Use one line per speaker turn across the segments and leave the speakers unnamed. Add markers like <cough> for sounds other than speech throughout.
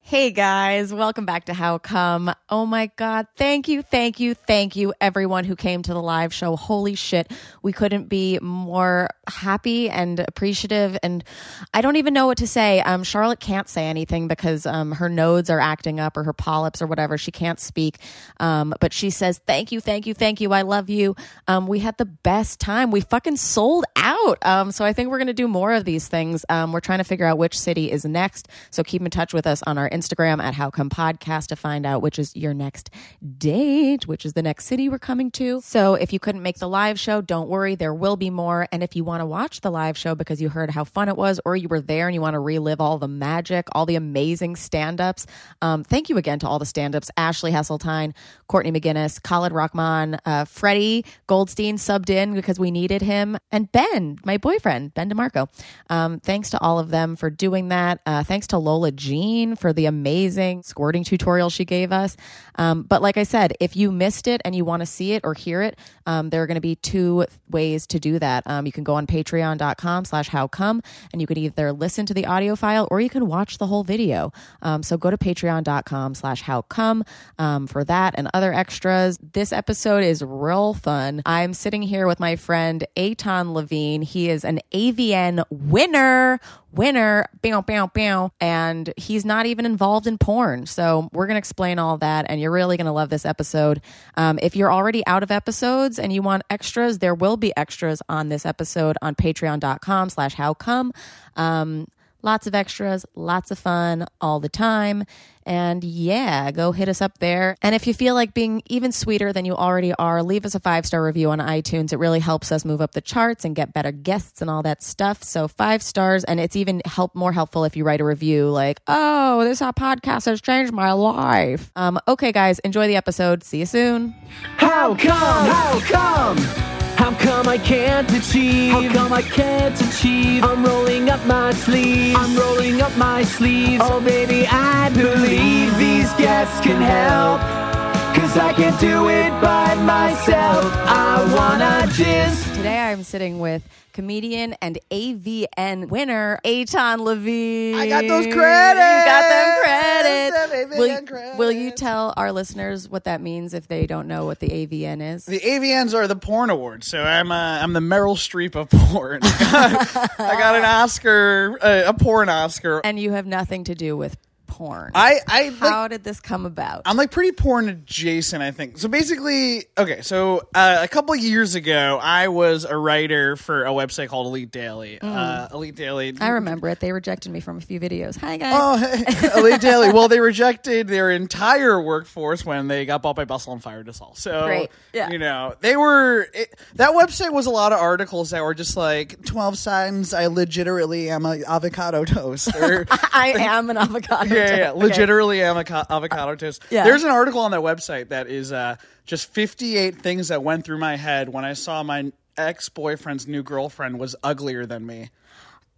Hey guys, welcome back to How Come. Oh my God, thank you, thank you, thank you, everyone who came to the live show. Holy shit, we couldn't be more happy and appreciative. And I don't even know what to say. Um, Charlotte can't say anything because um, her nodes are acting up or her polyps or whatever. She can't speak. Um, but she says, Thank you, thank you, thank you, I love you. Um, we had the best time. We fucking sold out. Um, so I think we're going to do more of these things. Um, we're trying to figure out which city is next. So keep in touch with us on our Instagram at How Come Podcast to find out which is your next date, which is the next city we're coming to. So if you couldn't make the live show, don't worry, there will be more. And if you want to watch the live show because you heard how fun it was, or you were there and you want to relive all the magic, all the amazing stand ups, um, thank you again to all the stand ups Ashley Hesseltine, Courtney McGinnis, Khalid Rahman, uh, Freddie Goldstein subbed in because we needed him, and Ben, my boyfriend, Ben DeMarco. Um, thanks to all of them for doing that. Uh, thanks to Lola Jean for the amazing squirting tutorial she gave us. Um, but like I said, if you missed it and you want to see it or hear it, um, there are going to be two ways to do that. Um, you can go on patreon.com slash how come, and you can either listen to the audio file or you can watch the whole video. Um, so go to patreon.com slash how come um, for that and other extras. This episode is real fun. I'm sitting here with my friend Aton Levine. He is an AVN winner winner, bow, bow, bow. And he's not even involved in porn. So we're going to explain all that. And you're really going to love this episode. Um, if you're already out of episodes and you want extras, there will be extras on this episode on patreon.com slash how come. Um, lots of extras, lots of fun all the time. And yeah, go hit us up there. And if you feel like being even sweeter than you already are, leave us a five star review on iTunes. It really helps us move up the charts and get better guests and all that stuff. So five stars, and it's even help more helpful if you write a review like, "Oh, this podcast has changed my life." Um, okay, guys, enjoy the episode. See you soon.
How come? How come? How come I can't achieve? How come I can't achieve? I'm rolling up my sleeves. I'm rolling up my sleeves. Oh baby, I believe these guests can help. Cause I can't do it by myself. I wanna just
Today, I'm sitting with comedian and AVN winner Aton Levine. I
got those credits.
You got them credits.
Them AVN
will, you-
credits.
will you tell our listeners what that means if they don't know what the AVN is?
The AVNs are the porn awards, so I'm uh, I'm the Meryl Streep of porn. <laughs> I got an Oscar, uh, a porn Oscar.
And you have nothing to do with porn.
I I like,
How did this come about?
I'm like pretty porn adjacent, I think. So basically, okay, so uh, a couple of years ago, I was a writer for a website called Elite Daily. Uh, Elite Daily.
Mm. I remember it. They rejected me from a few videos. Hi guys.
Oh, hey, <laughs> Elite Daily. Well, they rejected their entire workforce when they got bought by Bustle and Fire Dassault. So,
Great. Yeah.
you know, they were. It, that website was a lot of articles that were just like 12 times I legitimately am a avocado toast.
<laughs>
Or,
<laughs> I am an avocado.
yeah, yeah, yeah.
toast. Okay.
legitimately am a co- avocado toast.
yeah.
There's an article on that website that is uh, just 58 things that went through my head when I saw my ex boyfriend's new girlfriend was uglier than me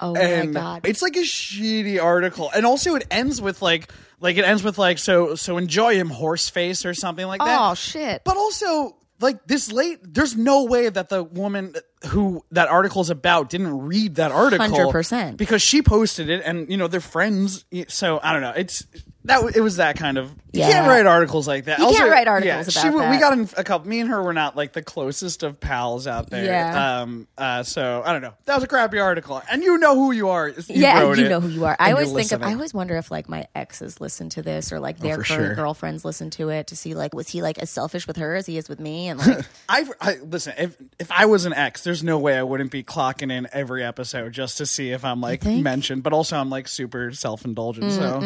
Oh
and
my god.
it's like a shitty article and also it ends with like like it ends with like so so enjoy him horse face or something like that
Oh shit.
but also like this late there's no way that the woman who that article's about didn't read that article
100%.
because she posted it and you know they're friends y- so i don't know it's that w- it was that kind of you
Yeah.
can't write articles like that
You can't write articles
she,
about
w- we
that.
got in a couple me and her were not like the closest of pals out there
Yeah.
um uh so i don't know that was a crappy article and you know who you are you
yeah,
wrote
you
it,
know who you are.
and
I always
you're
think of. I
listening. Oh,
always wonder if like my exes listen to this or like their
for
current
sure.
girlfriends listen to it to see like was he like as selfish with her as he is with me and
<laughs>
like
I, I listen. If if I was an ex, there's no way I wouldn't be clocking in every episode just to see if I'm like
think? Mm,
mentioned. But also, I'm like super self indulgent, so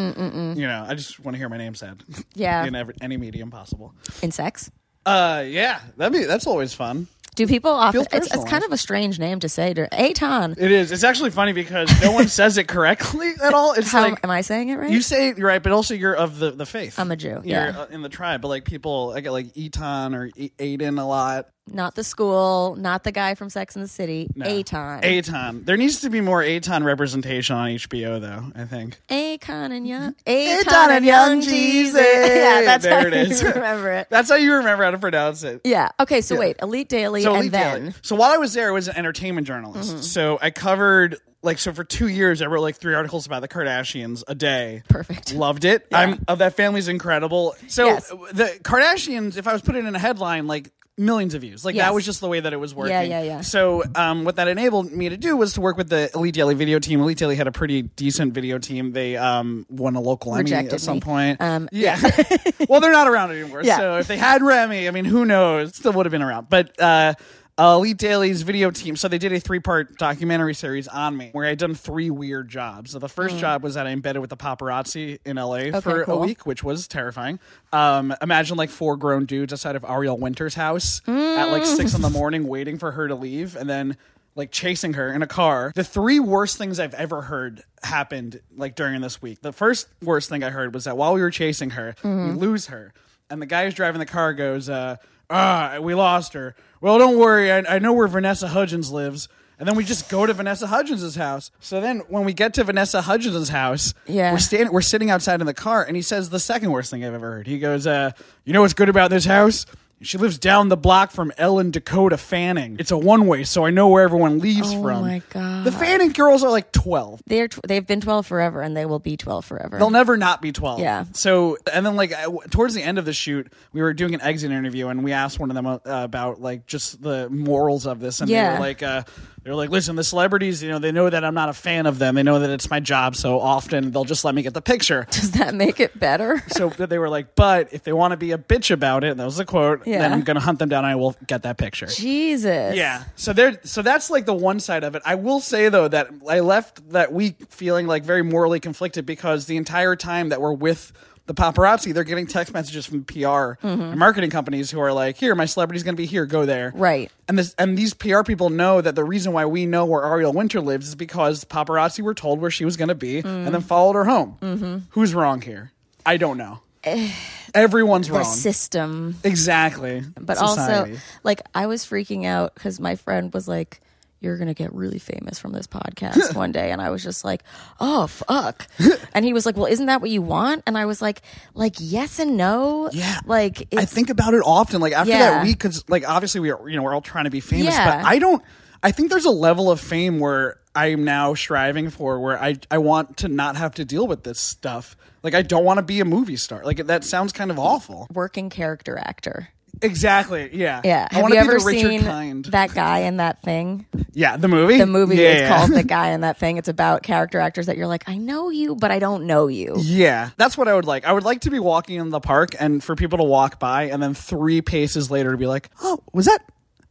you know, I just want to hear my name said.
Yeah.
in every, any medium possible.
in sex.
Uh, yeah, that be that's always fun.
Do people often?
Feels
It's, it's kind
personalized.
of a strange name to say. To, Aton,
It is. It's actually funny because
<laughs>
no one says it correctly at all. It's
how
like
am I saying it right?
you say it right, but also you're of the the faith.
I'm a Jew,
You're
yeah.
uh, in the tribe, but like people, I get like Eton or e- Aiden a lot.
not the school, not the guy from Sex and the City. Aton,
Aton. There needs to be more Aton representation on HBO, though. I think.
Akon and Young,
<laughs> Aton and
<laughs>
Young Jesus.
yeah, that's
There
how
it is. <laughs>
you remember it.
That's how you remember how to pronounce it.
Yeah. Okay. So wait, Elite Daily,
So,
and
Elite
then Mm-hmm.
Daily. so while I was there, I was an entertainment journalist. So I covered like so for two years I wrote like three articles about the Kardashians a day.
Perfect.
Loved it. I'm of that family's incredible. So
Yes.
the Kardashians, if I was putting in a headline, like millions of views. Like
Yes.
that was just the way that it was working.
yeah, yeah.
So um, what that enabled me to do was to work with the Elite Daily video team. Elite Daily had a pretty decent video team. They um, won a local Emmy
Rejected
at some
me.
point.
Um,
yeah. <laughs> well, they're not around anymore.
Yeah.
So if they had Remy, I mean, who knows? It Still would have been around. But uh, Elite Daily's video team. So they did a three-part documentary series on me, where I had done three weird jobs. So the first job was that I embedded with the paparazzi in LA for
Hmm. cool.
a week, which was terrifying. Um, imagine like four grown dudes outside of Ariel Winter's house at like six in the morning, waiting for her to leave, and then. Like chasing her in a car. The three worst things I've ever heard happened like during this week. The first worst thing I heard was that while we were chasing her, we lose her and the guy who's driving the car goes, uh, ah, we lost her. Well, don't worry. I, I know where Vanessa Hudgens lives. And then we just go to Vanessa Hudgens' house. So then when we get to Vanessa Hudgens' house,
Yeah.
we're, stand- we're sitting outside in the car, and he says the second worst thing I've ever heard. He goes, uh, you know what's good about this house? She lives down the block from Ellen Dakota Fanning. It's a one way, so I know where everyone leaves
Oh
from.
my God.
The Fanning girls are like 12.
They're tw- they've been 12 forever and they will be 12 forever.
They'll never not be 12.
Mm. Yeah.
So, and then like I- towards the end of the shoot, we were doing an exit interview and we asked one of them uh, about like just the morals of this. And they
Yeah.
were like, uh, they were like, listen, the celebrities, you know, they know that I'm not a fan of them. They know that it's my job. So often they'll just let me get the picture.
Does that make it better?
so but they were like, but if they want to be a bitch about it, and that was the quote,
Yeah.
then I'm going to hunt them down and I will get that picture.
Jesus.
Yeah. So there. So that's like the one side of it. I will say though that I left that week feeling like very morally conflicted because the entire time that we're with the paparazzi, they're getting text messages from PR
Mm-hmm.
and marketing companies who are like, "Here, my celebrity's going to be here. Go there."
Right.
And this and these PR people know that the reason why we know where Ariel Winter lives is because paparazzi were told where she was going to be
Mm.
and then followed her home.
Mm-hmm.
Who's wrong here? I don't know.
Eh.
Everyone's
The
wrong.
system.
exactly.
But
Society.
also, like, I was freaking out because my friend was like, you're going to get really famous from this
<laughs>
podcast one day. And I was just like, oh, fuck. and he was like, well, isn't that what you want? And I was like, like, yes and no.
Yeah.
Like, it's,
I think about it often. Like after
Yeah.
that week, because like obviously we are, you know, we're all trying to be famous,
Yeah.
but I don't. I think there's a level of fame where I'm now striving for, where I I want to not have to deal with this stuff. Like I don't want to be a movie star. Like that sounds kind of awful.
working character actor.
Exactly. Yeah.
Yeah.
I
Have
wanna
you ever
be the Richard
seen
Kind.
that guy in that
<laughs>
thing?
yeah. The movie.
The movie
Yeah,
is
yeah.
called The
<laughs>
Guy in That Thing. It's about character actors that you're like, I know you, but I don't know you.
Yeah, that's what I would like. I would like to be walking in the park and for people to walk by, and then three paces later to be like, "Oh, was that?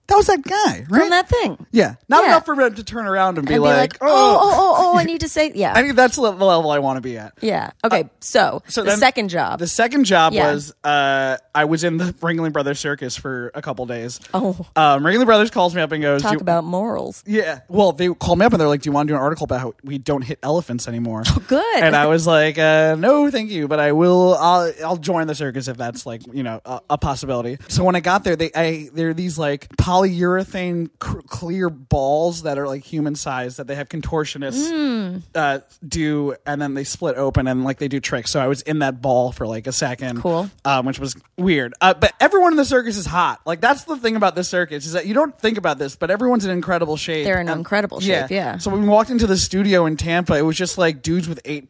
That was that guy, right?
From that thing.
Yeah, not
Yeah.
enough for them to turn around and be,
And be
like,
like, oh, oh, oh, oh,
<laughs>
I need to say, yeah.
I mean, that's the le- the level I want to be at.
yeah. Okay. So, the
then-
second job.
The second job
Yeah.
was uh, I was in the Ringling Brothers Circus for a couple days.
Oh.
um, Ringling Brothers calls me up and goes,
Talk
"Do-
about morals.
yeah. Well, they called me up and they're like, "Do you want to do an article about how we don't hit elephants anymore?"
good.
And I was like, uh, "No, thank you, but I will. I'll, I'll join the circus if that's like you know a, a possibility." So when I got there, they I there are these like polyurethane cr- clear balls that are like human sized that they have contortionists
Hmm.
uh, do, and then they split open and like they do tricks. So I was in that ball for like a second,
Cool.
um, which was weird. Uh, but everyone in the circus is hot. Like that's the thing about this circus is that you don't think about this, but everyone's in incredible shape
They're in incredible shape, yeah.
so when we walked into the studio in Tampa, it was just like dudes with
Mm,
eight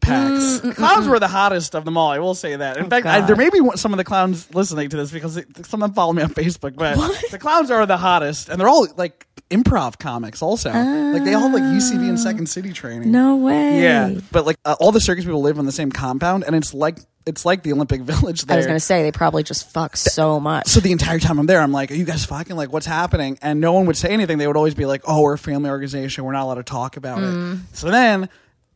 packs. clowns were the hottest of them all. I will say that. In fact, I,
Oh, God.
there may be one- some of the clowns listening to this because they, some of them follow me on Facebook. But the clowns are the hottest, and they're all like improv comics. Also, like they all have, like UCB and Second City training.
Oh. No way.
yeah, but like uh, all the circus people live on the same compound, and it's like it's like the Olympic <laughs> Village. There.
I was going to say, they probably just fuck so much.
So the entire time I'm there, I'm like, "Are you guys fucking like what's happening?" And no one would say anything. They would always be like, "Oh, we're a family organization. We're not allowed to talk about it." So then,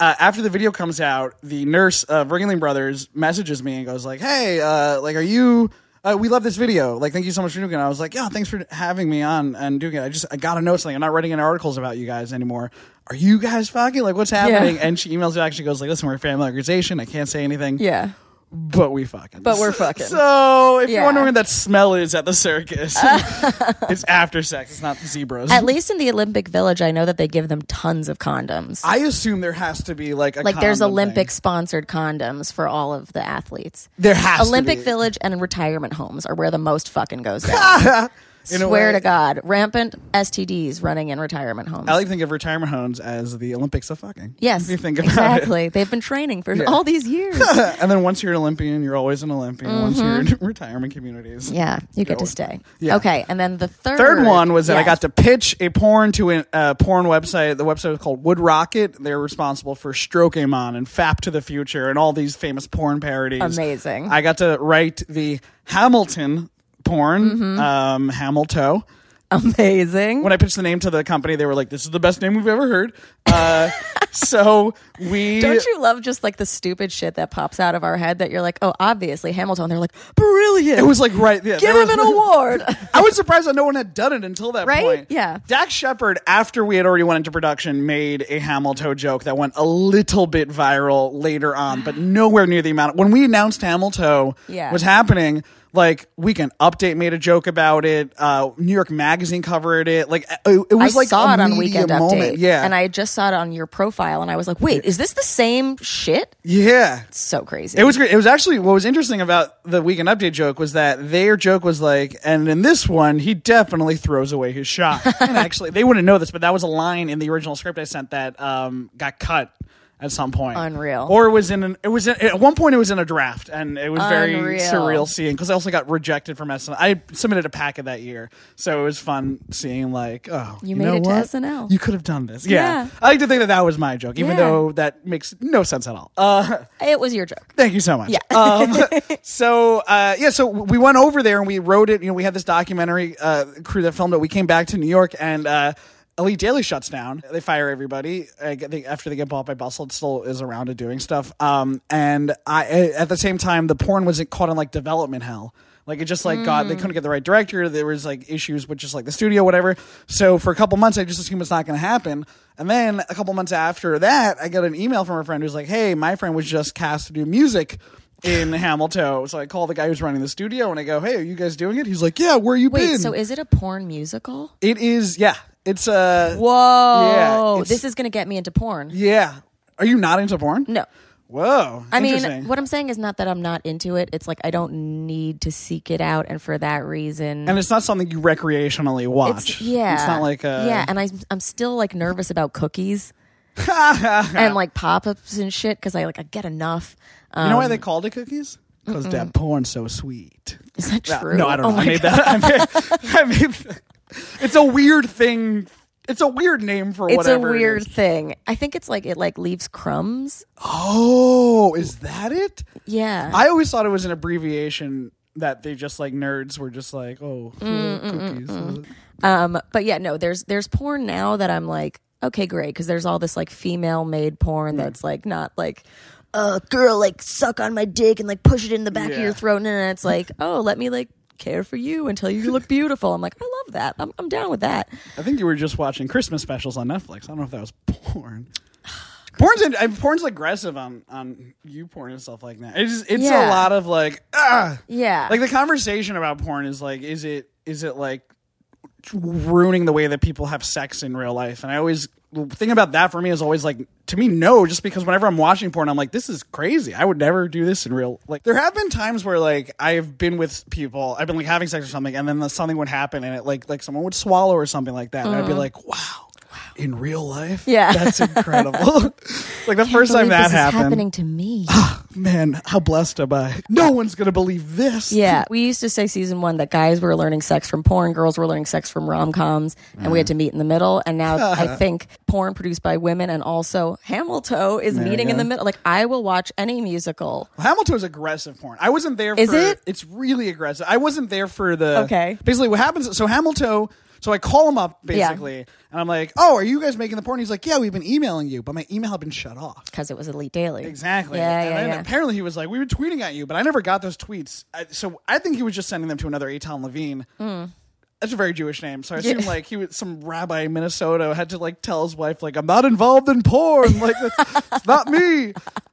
uh, after the video comes out, the nurse of Ringling Brothers messages me and goes like, "Hey, uh, like, are you?" Uh, we love this video. Like, thank you so much for doing it. I was like, yeah, thanks for having me on and doing it. I just, I gotta know something. I'm not writing any articles about you guys anymore. Are you guys fucking like, what's happening? And she emails me back. She goes like, listen, we're a family organization. I can't say anything
yeah.
but we fucking.
But we're fucking.
So if you're
Yeah.
wondering what that smell is at
<laughs>
the circus, <laughs> it's after sex. It's not zebras. <laughs>
At least in the Olympic Village, I know that they give them tons of condoms.
I assume there has to be like a
like there's
condom
Olympic
thing.
sponsored condoms for all of the athletes.
There has to
Olympic
be. <laughs>
Village and retirement homes are where the most fucking goes down.
in a
Swear
way.
to God, rampant STDs running in retirement homes.
I like to think of retirement homes as the Olympics of fucking.
yes,
If you think about
exactly. They've been training for all these
<laughs>
years.
it. <laughs> and then once you're an Olympian, you're always an Olympian. Once you're in <laughs> retirement communities.
Mm-hmm. yeah, you get
Go.
to stay.
Yeah.
Okay, and then the third
Third one was that I
yes.
got to pitch a porn to a uh, porn website. The website was called Wood Rocket. They're responsible for Strokemon and Fap to the Future and all these famous porn parodies.
Amazing.
I got to write the Hamilton porn,
Mm-hmm.
um, Hamilton.
<laughs> amazing.
When I pitched the name to the company, they were like, "This is the best name we've ever heard."
<laughs>
Uh, so we
Don't you love just like the stupid shit that pops out of our head that you're like, oh, obviously Hamilton. They're like, brilliant.
It was like right. Yeah,
<laughs> Give
there
him an
<laughs> was-
award.
I was surprised that no one had done it until that
Right?
point.
Yeah.
Dax Shepard, after we had already went into production, made a Hamilton joke that went a little bit viral later on,
<sighs>
but nowhere near the amount. When we announced Hamilton
Yeah.
was happening, like Weekend Update made a joke about it. Uh, New York Magazine covered it. Like it, it was
I
like
saw
a
it on
media
Weekend
moment.
Update.
Yeah.
And I just saw it on your profile and I was like, wait, is this the same shit?
yeah.
So crazy.
It was great. It was actually what was interesting about the weekend update joke was that their joke was like, and in this one, he definitely throws away
<laughs>
his shot. and actually, they wouldn't know this, but that was a line in the original script I sent that um, got cut at some point.
Unreal.
Or it was in an, it was in, at one point it was in a draft, and it was very
Unreal.
surreal seeing because I also got rejected from SNL. I submitted a packet that year, so it was fun seeing like, oh,
You
you
made
know
it to
what?
SNL.
You could have done this. Yeah.
Yeah.
I like to think that that was my joke, even
Yeah.
though that makes no sense at all. Uh,
It was your joke.
Thank you so much. Yeah. um, so uh, yeah, so we went over there and we wrote it. You know, we had this documentary uh, crew that filmed it. We came back to New York and. Uh, Elite Daily shuts down. They fire everybody uh, get- they- after they get bought by Bustle. It still is around and doing stuff. Um, and I, I- at the same time, the porn was caught in like development hell. Like it just like got
Mm.
they couldn't get the right director. There was like issues with just like the studio, whatever. So for a couple months, I just assumed it's not going to happen. And then a couple months after that, I got an email from a friend who's like, "Hey, my friend was just cast to do music."
<sighs>
in Hamilton. So I call the guy who's running the studio and I go, "Hey, are you guys doing it?" He's like, "Yeah, where you
Wait,
been?"
so is it a porn musical?
it is. Yeah, it's uh,
Whoa.
it's-
this is going to get me into porn.
yeah. Are you not into porn?
No.
Whoa.
I
Interesting.
mean, what I'm saying is not that I'm not into it. It's like I don't need to seek it out. And for that reason,
and it's not something you recreationally watch.
It's, yeah,
It's not like uh, a
yeah, and I I'm still like nervous about cookies
<laughs>
and like pop ups and shit because I like I get enough. Um,
You know why they called it cookies? Because that porn's so sweet.
is that true?
No, I don't
Oh
know.
my
I made
God.
that. <laughs> I made, I made- it's a weird thing. It's a weird name for
It's a
whatever. it
weird
is.
thing. I think it's like it like leaves crumbs.
Oh, is that it?
Yeah,
I always thought it was an abbreviation that they just like nerds were just like, oh,
Mm,
cookies.
um, but yeah, no. There's there's porn now that I'm like okay, great because there's all this like female made porn that's like not like. Uh, girl, like suck on my dick and like push it in the back of
Yeah.
your throat, and then it's like, oh, let me like care for you until you look beautiful. I'm like, I love that. I'm, I'm down with that.
I think you were just watching Christmas specials on Netflix. I don't know if that was porn.
<sighs>
Porn's in, I- porn's aggressive on on you porn and stuff like that. It's it's
Yeah.
a lot of like ah,
Yeah.
like the conversation about porn is like is it is it like ruining the way that people have sex in real life and i always the thing about that for me is always like to me no just because whenever i'm watching porn i'm like this is crazy i would never do this in real like there have been times where like i've been with people i've been like having sex or something and then something would happen and it like like someone would swallow or something like that and i'd be like wow in real life
Mm-hmm. Yeah. <laughs>
that's incredible like the
believe
first time that
this
happened
is happening to me.
man how blessed am i no one's gonna believe this
yeah, we used to say season one that guys were learning sex from porn, girls were learning sex from rom coms, and we had to meet in the middle. And
<laughs>
now I think porn produced by women and also Hamilton is
you
meeting in
go.
the middle. Like I will watch any musical.
Hamilton was aggressive porn. I wasn't there.
Is
for,
it?
It's really aggressive. I wasn't there for the.
Okay.
Basically, what happens? So Hamilton. So I call him up basically, and I'm like, "Oh, are you guys making the porn?" He's like, "Yeah, we've been emailing you, but my email had been shut off."
Because it was Elite Daily.
Exactly.
Yeah,
and
yeah,
then
yeah.
apparently he was like, "We were tweeting at you, but I never got those tweets." I, so I think he was just sending them to another Aton Levine. That's a very Jewish name, so I assume like he was some rabbi in Minnesota had to like tell his wife like, "I'm not involved in porn. Like, that's, it's not me."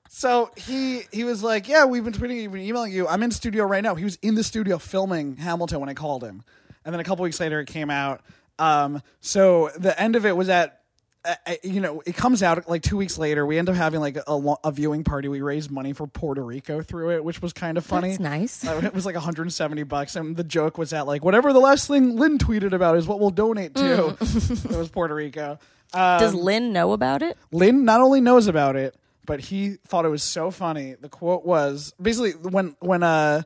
So he he was like, "Yeah, we've been tweeting, you, we've been emailing you. I'm in studio right now." He was in the studio filming Hamilton when I called him, and then a couple weeks later it came out. Um, so the end of it was at I- I- you know, it comes out like two weeks later. We end up having like a, lo- a viewing party. We raised money for Puerto Rico through it, which was kind of funny.
That's nice.
Uh, it was like 170 bucks, and the joke was that like whatever the last thing Lynn tweeted about is what we'll donate to. <laughs> it was Puerto Rico. Uh,
Does Lynn know about it?
Lynn not only knows about it, but he thought it was so funny. The quote was basically when when uh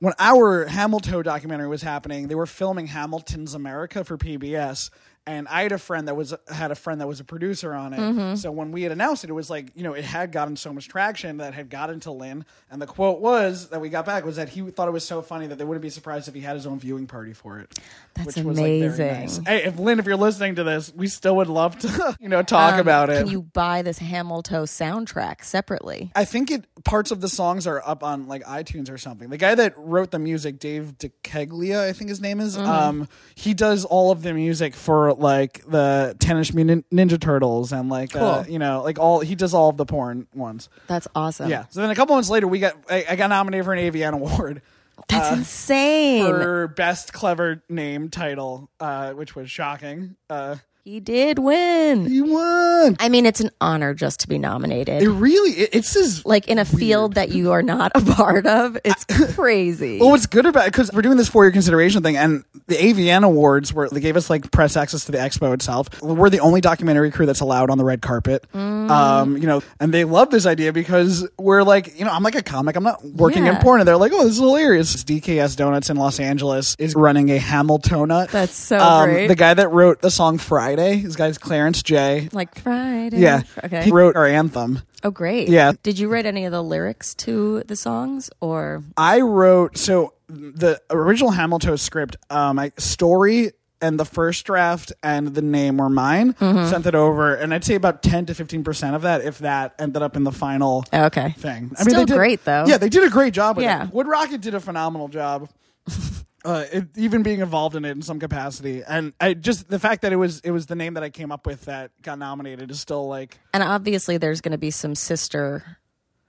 when our Hamilton documentary was happening, they were filming Hamilton's America for PBS. And I had a friend that was had a friend that was a producer on it.
Mm-hmm.
So when we had announced it, it was like you know it had gotten so much traction that it had gotten to Lynn. And the quote was that we got back was that he thought it was so funny that they wouldn't be surprised if he had his own viewing party for it.
That's
very nice.
amazing.
Hey, if Lynn, if you're listening to this, we still would love to <laughs> you know talk about it.
Um, Can you buy this Hamilton soundtrack separately?
I think it parts of the songs are up on like iTunes or something. The guy that wrote the music, Dave DeKeglia, I think his name is. Um, he does all of the music for like the Teenage Mutant Ninja Turtles and like uh,
Cool.
you know like all he does all of the porn ones.
That's awesome.
Yeah. So then a couple months later, we got I, I got nominated for an AVN award.
That's insane.
Uh, For best clever name title, uh, which was shocking. Uh,
he did win.
you won.
I mean, it's an honor just to be
It
nominated.
really. It, it's his
Like in a field that you are not a <laughs> part of, it's crazy.
Well, what's good about it, because we're doing this four year consideration thing, and the AVN Awards were they gave us like press access to the expo itself. We're the only documentary crew that's allowed on the red carpet.
Mm.
Um, you know, and they love this idea because we're like, you know, I'm like a comic, I'm not working in
Yeah.
porn, and they're like, oh, this is hilarious. DKS Donuts in Los Angeles is running a Hamiltonut.
That's so great.
The guy that wrote the song Friday, his guy's Clarence J.
like Friday.
Yeah,
Okay.
he wrote our anthem.
oh, great.
Yeah.
Did you write any of the lyrics to the songs or
I wrote so the original Hamilton script, um, I, story and the first draft and the name were mine.
Mm-hmm.
Sent it over, and I'd say about ten to fifteen percent of that, if that, ended up in the final
Okay.
thing.
Oh. Still
they did,
great, though.
Yeah, they did a great job. With
Yeah.
it. Wood Rocket did a phenomenal job. <laughs> Uh, it, even being involved in it in some capacity, and I just the fact that it was it was the name that I came up with that got nominated is still like
And obviously there's going to be some sister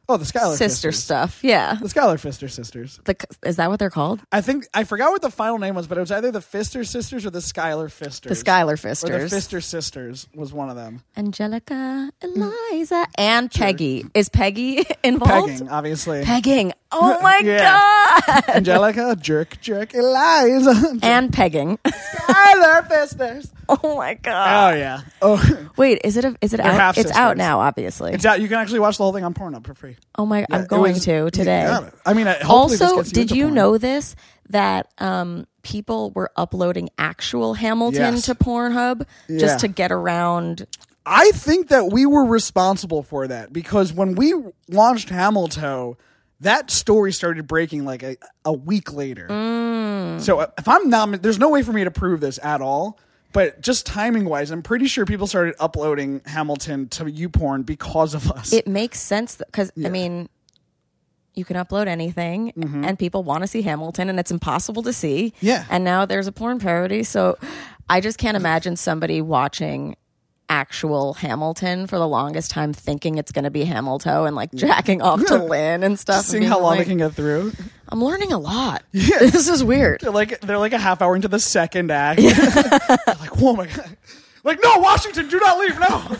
oh the Skylar
sister
sisters.
stuff. Yeah.
the Skylar Fister sisters.
The, is that what they're called?
I think I forgot what the final name was, but it was either the Fister sisters or the Skylar Fisters.
The Skylar
or the
Fisters.
Fister sisters was one of them.
Angelica,
Mm.
Eliza, and Peggy. Is Peggy <laughs> involved? <laughs>
Pegging, obviously.
Pegging.
<laughs>
Oh my
Yeah.
god.
Angelica, jerk, jerk, Eliza,
And pegging. <laughs>
Skylar Fisters.
oh my god.
Oh yeah. Oh,
Wait, is it a, is it out?
half
It's out
sisters.
now, obviously.
it's out. You can actually watch the whole thing on Pornhub for free.
oh my
It
I'm going
was-
to today.
You got it. I mean, I- hopefully this
also,
gets
did
into
you
porn.
know this that um, people were uploading actual Hamilton
Yes.
to Pornhub
Yeah.
just to get around?
I think that we were responsible for that because when we launched Hamilton, that story started breaking like a, a week later.
Mm.
So uh, if I'm not, there's no way for me to prove this at all. But just timing wise, I'm pretty sure people started uploading Hamilton to YouPorn because of us.
It makes sense because I mean, you can upload anything, and people want to see Hamilton, and it's impossible to see.
Mm-hmm. Yeah.
and now there's a porn parody, so I just can't imagine somebody watching actual Hamilton for the longest time, thinking it's going to be Hamilton, and like jacking off to Lynn and stuff. and
Seeing
being
how long
like,
they can get through,
I'm learning a
<laughs>
lot. <laughs> this is weird.
they're like they're like a half hour into the
<laughs>
second act. <laughs> They're like, oh my god! Like, no, Washington, do not leave. No,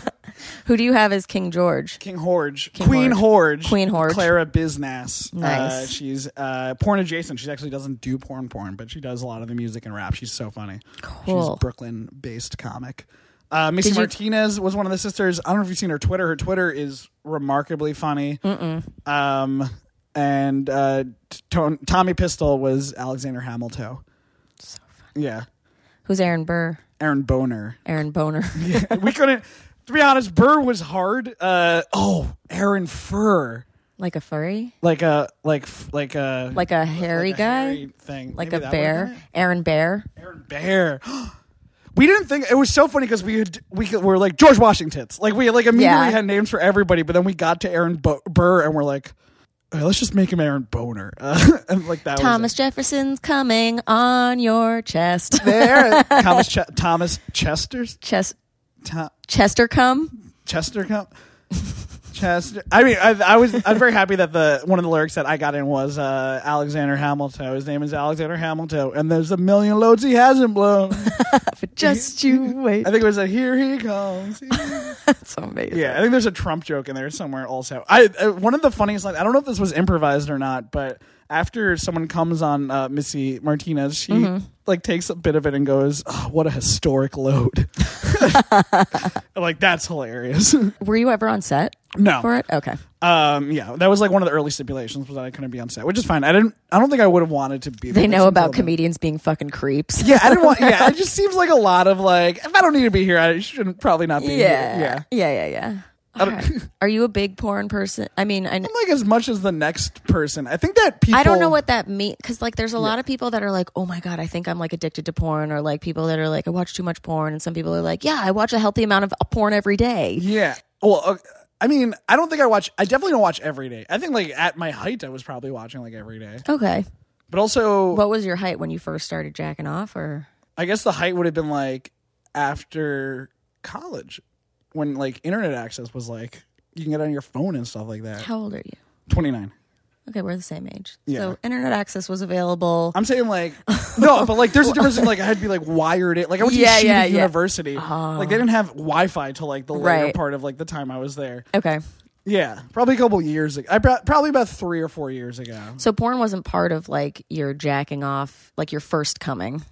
Who do you have as King George?
King Horge, Queen
Horge.
Horge.
Queen Horge.
Clara Bisnass. Uh,
Nice.
she's uh, porn adjacent. She actually doesn't do porn porn, but she does a lot of the music and rap. She's so funny.
Cool.
She's Brooklyn based comic. Uh, Missy
Did you-
Martinez was one of the sisters. I don't know if you've seen her Twitter. Her Twitter is remarkably funny. Um, and uh, T- Ton- Tommy Pistol was Alexander Hamilton. So funny. Yeah.
Who's Aaron Burr?
Aaron Boner.
Aaron Boner.
<laughs> we couldn't. To be honest, Burr was hard. Uh, oh, Aaron Fur
like a furry?
like a like f- like a
Like a hairy
like a
guy?
hairy thing
like
Maybe
a
that
bear?
wasn't it?
Aaron Bear?
Aaron bear <gasps> we didn't think it was so funny because we had, we could- were like George Washington's like we like immediately
Yeah.
had names for everybody but then we got to Aaron Bo- Burr and we're like "All right, let's just make him Aaron Boner <laughs> uh, and like that
Thomas
was
Jefferson's coming on your
<laughs>
chest.
it.
<laughs>
there Thomas Ch- Thomas Chester's
chest
Tom-
Chester come?
Chester come Chest. I mean, I, I was I was very happy that the one of the lyrics that I got in was uh, Alexander Hamilton. His name is Alexander Hamilton, and there's a million loads he hasn't blown.
But just you wait.
<laughs> I think it was a here he comes.
That's amazing.
Yeah, I think there's a Trump joke in there somewhere also. I, I one of the funniest lines. I don't know if this was improvised or not, but after someone comes on uh, Missy Martinez, she like takes a bit of it and goes, oh, "What a historic load!" <laughs> like that's hilarious. <laughs>
Were you ever on set?
No.
For it? Okay.
um, yeah, that was like one of the early stipulations was that I couldn't be on set, which is fine. I didn't. I don't think I would have wanted to be.
They
there
know
since
about
I've been-
comedians being fucking creeps.
Yeah, I didn't want. Yeah, it just seems like a lot of like, if I don't need to be here, I shouldn't probably not be
<laughs> Yeah.
here. Yeah.
Yeah. Yeah. Yeah.
I don't- <laughs>
Alright. Are you a big porn person? I mean, I, kn-
I'm like as much as the next person. I think that people.
I don't know what that means because like there's a lot of people that are like, oh my god, I think I'm like addicted to porn, or like people that are like, I watch too much porn, and some people are like, yeah, I watch a healthy amount of uh, porn every day.
Yeah. Well, uh, I mean, I don't think I watch. I definitely don't watch every day. I think like at my height, I was probably watching like every day.
Okay.
But also,
What was your height when you first started jacking off? Or
I guess the height would have been like after college, when like internet access was like you can get on your phone and stuff like that.
how old are you?
Twenty nine.
Okay, we're the same age.
Yeah.
So internet access was available.
I'm saying
<laughs>
like no, but like there's a difference. In, like I had to be like wired it. Like I went to
Yeah,
Yeshiva
yeah, yeah.
University. Like they didn't have Wi-Fi till like the later
Right.
part of like the time I was there.
okay.
Yeah, probably a couple years ago. I pro- probably about three or four years ago.
So porn wasn't part of like your jacking off, like your first coming.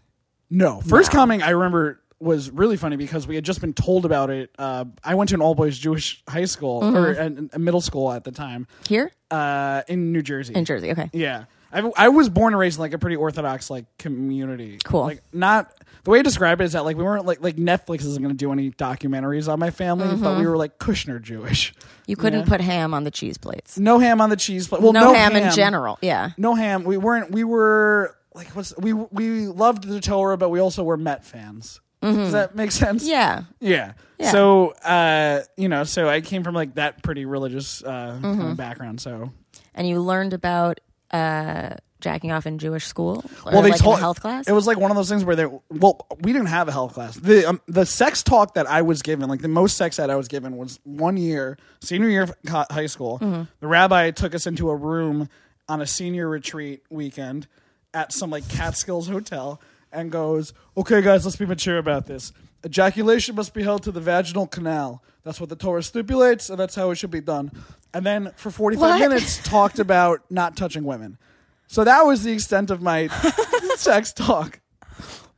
No, first coming I remember was really funny because we had just been told about it. Uh, I went to an all boys Jewish high school or
Mm-hmm.
a, a middle school at the time
Here
uh, in New Jersey.
in Jersey. Okay.
Yeah. I, I was born and raised in like a pretty orthodox like community.
Cool.
Like not the way I describe it is that like we weren't like like Netflix isn't going to do any documentaries on my family,
Mm-hmm.
but we were like Kushner Jewish.
You couldn't put ham on the cheese plates.
No ham on the cheese plate. Well,
No,
no,
ham, in general. Yeah.
No ham. We weren't. We were like what's we we loved the Torah, but we also were Met fans. Does that make sense?
Mm-hmm. Yeah.
Yeah.
Yeah.
So, uh, you know, so I came from like that pretty religious uh, kind
Mm-hmm.
of background. So
and you learned about uh, jacking off in Jewish school or
well, they
like
told
in a health class.
It was like one of those things where they well, we didn't have a health class. The um, the sex talk that I was given, like the most sex that I was given, was one year senior year of co- high school.
Mm-hmm.
The rabbi took us into a room on a senior retreat weekend at some like Catskills hotel and goes, "Okay, guys, let's be mature about this. Ejaculation must be held to the vaginal canal. That's what the Torah stipulates, and that's how it should be done." And then for forty five
What?
minutes, talked about not touching women. So that was the extent
<laughs>
of my sex talk.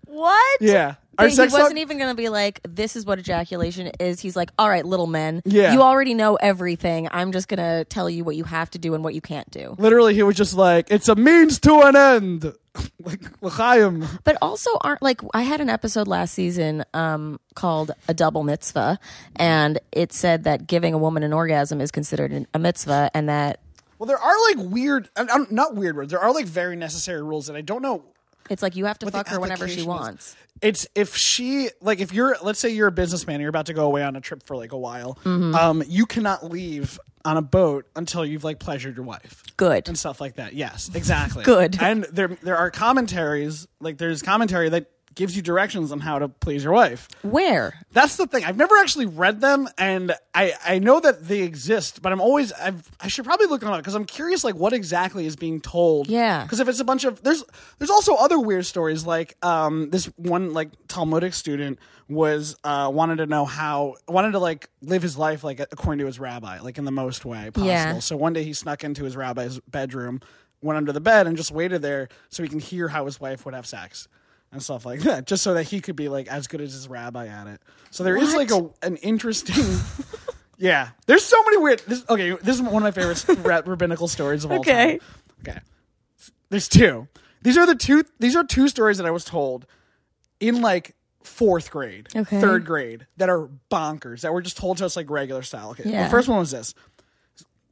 what?
Yeah.
He-
Our
he
sex
wasn't
talk-
even going to be like, "This is what ejaculation is." He's like, "All right, little men,
Yeah.
you already know everything. I'm just going to tell you what you have to do and what you can't do."
Literally, he was just like, "It's a means to an end." <laughs> like l'chaim.
But also, aren't like I had an episode last season um, called "A Double Mitzvah," and it said that giving a woman an orgasm is considered an, a mitzvah, and that
Well, there are like weird, I- I'm- not weird words. There are like very necessary rules that I don't know.
it's like you have to
What the
fuck her whenever she
application is.
wants.
It's if she like if you're let's say you're a businessman, and you're about to go away on a trip for like a while.
Mm-hmm.
Um, you cannot leave on a boat until you've like pleasured your wife.
Good.
and stuff like that. Yes, exactly.
<laughs> Good.
And there there are commentaries like there's commentary that gives you directions on how to please your wife.
Where?
That's the thing. I've never actually read them, and I, I know that they exist, but I'm always I've, I should probably look them up because I'm curious like what exactly is being told.
Yeah.
Because if it's a bunch of there's there's also other weird stories like um this one like Talmudic student was uh wanted to know how wanted to like live his life like according to his rabbi like in the most way possible.
Yeah.
So one day he snuck into his rabbi's bedroom, went under the bed, and just waited there so he can hear how his wife would have sex and stuff like that, just so that he could be like as good as his rabbi at it. So there is like a an interesting. <laughs> yeah, there's so many weird. This, okay, this is one of my favorite ra- rabbinical stories of all
Okay.
time. Okay, there's two. These are the two. These are two stories that I was told in like fourth grade,
Okay.
third grade that are bonkers that were just told to us like regular style. Okay,
Yeah.
the first one was this: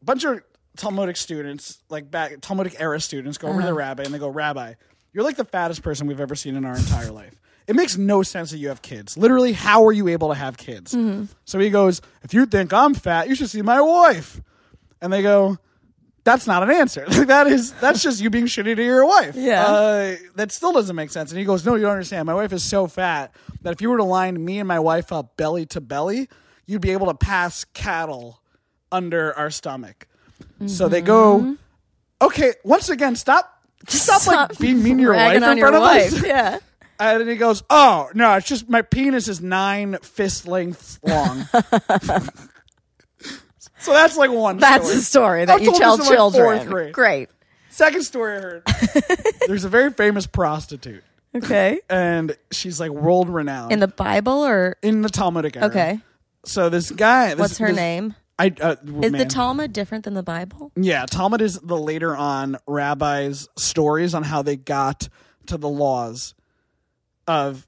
bunch of Talmudic students, like back Talmudic era students, go over to the rabbi and they go, "Rabbi, you're like the fattest person we've ever seen in our entire life. It makes no sense that you have kids. Literally, how are you able to have kids?" So he goes, "If you think I'm fat, you should see my wife." And they go, that's not an answer. <laughs> Like that is that's just you being shitty to your wife.
Yeah.
uh, that still doesn't make sense. And he goes, "No, you don't understand. My wife is so fat that if you were to line me and my wife up belly to belly, you'd be able to pass cattle under our stomach. So they
Mm-hmm.
go, okay, once again, stop, stop, like being mean to your wife
Ragging
in
on your
front of
wife.
us.
Yeah.
And then he goes, oh no, it's just my penis is nine fist lengths
<laughs>
long. so that's like one.
That's
story.
a story
I
that you
told
tell
this in, like, fourth
children.
grade.
Great.
Second story I heard.
<laughs>
There's a very famous prostitute,
Okay.
and she's like world renowned
In the Bible or
in the Talmudic era.
okay,
So this guy, this,
what's her
this-
name?
I uh,
Is the
man.
Talmud different than the Bible?
Yeah, Talmud is the later on rabbis' stories on how they got to the laws of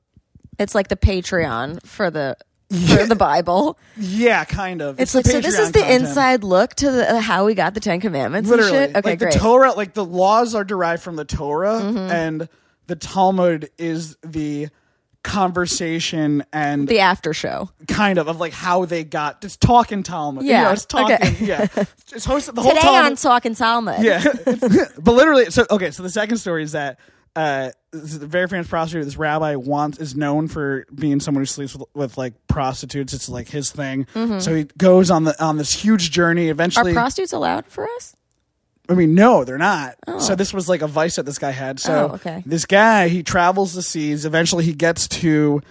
It's like the Patreon for the
<laughs>
for the Bible.
yeah, kind of.
It's
the
like so. This is
Patreon
the
content.
inside look to the, uh, how we got the Ten Commandments
literally.
and shit. Okay,
like
great. Mm-hmm.
the Torah, like the laws are derived from the Torah, and the Talmud is the conversation and
the after show.
kind of of like how they got just talking Talmud. Yeah,
Yeah,
it's talking.
okay. <laughs>
Yeah, it's hosted the whole
Today
Talmud.
on Talking Talmud.
<laughs> Yeah, <laughs> It's- but literally, so okay. So the second story is that uh, this is the very famous prostitute. This rabbi wants is known for being someone who sleeps with, with like prostitutes. It's like his thing.
Mm-hmm.
So he goes on the on this huge journey.
Are
Eventually,
prostitutes allowed for us?
I mean, no, they're not. So this was like a vice that this guy had. So
Oh, okay.
this guy, he travels the seas. Eventually, he gets to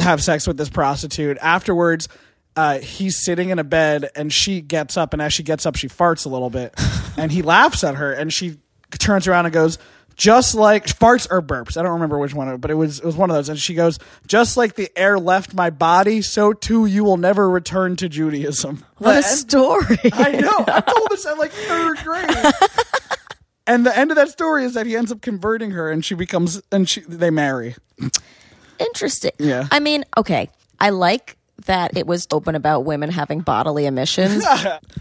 have sex with this prostitute. Afterwards, uh, he's sitting in a bed, and she gets up. And as she gets up, she farts a
<laughs>
little bit, and he laughs at her. And she turns around and goes, "Just like farts or burps, I don't remember which one, but it was it was one of those." And she goes, "Just like the air left my body, so too you will never return to Judaism."
What a
<laughs> And-
story!
<laughs> I know. I told this at like third grade. and the end of that story is that he ends up converting her, and she becomes, and she they marry.
Interesting.
Yeah.
I mean, okay. I like that it was open about women having bodily
<laughs>
emissions.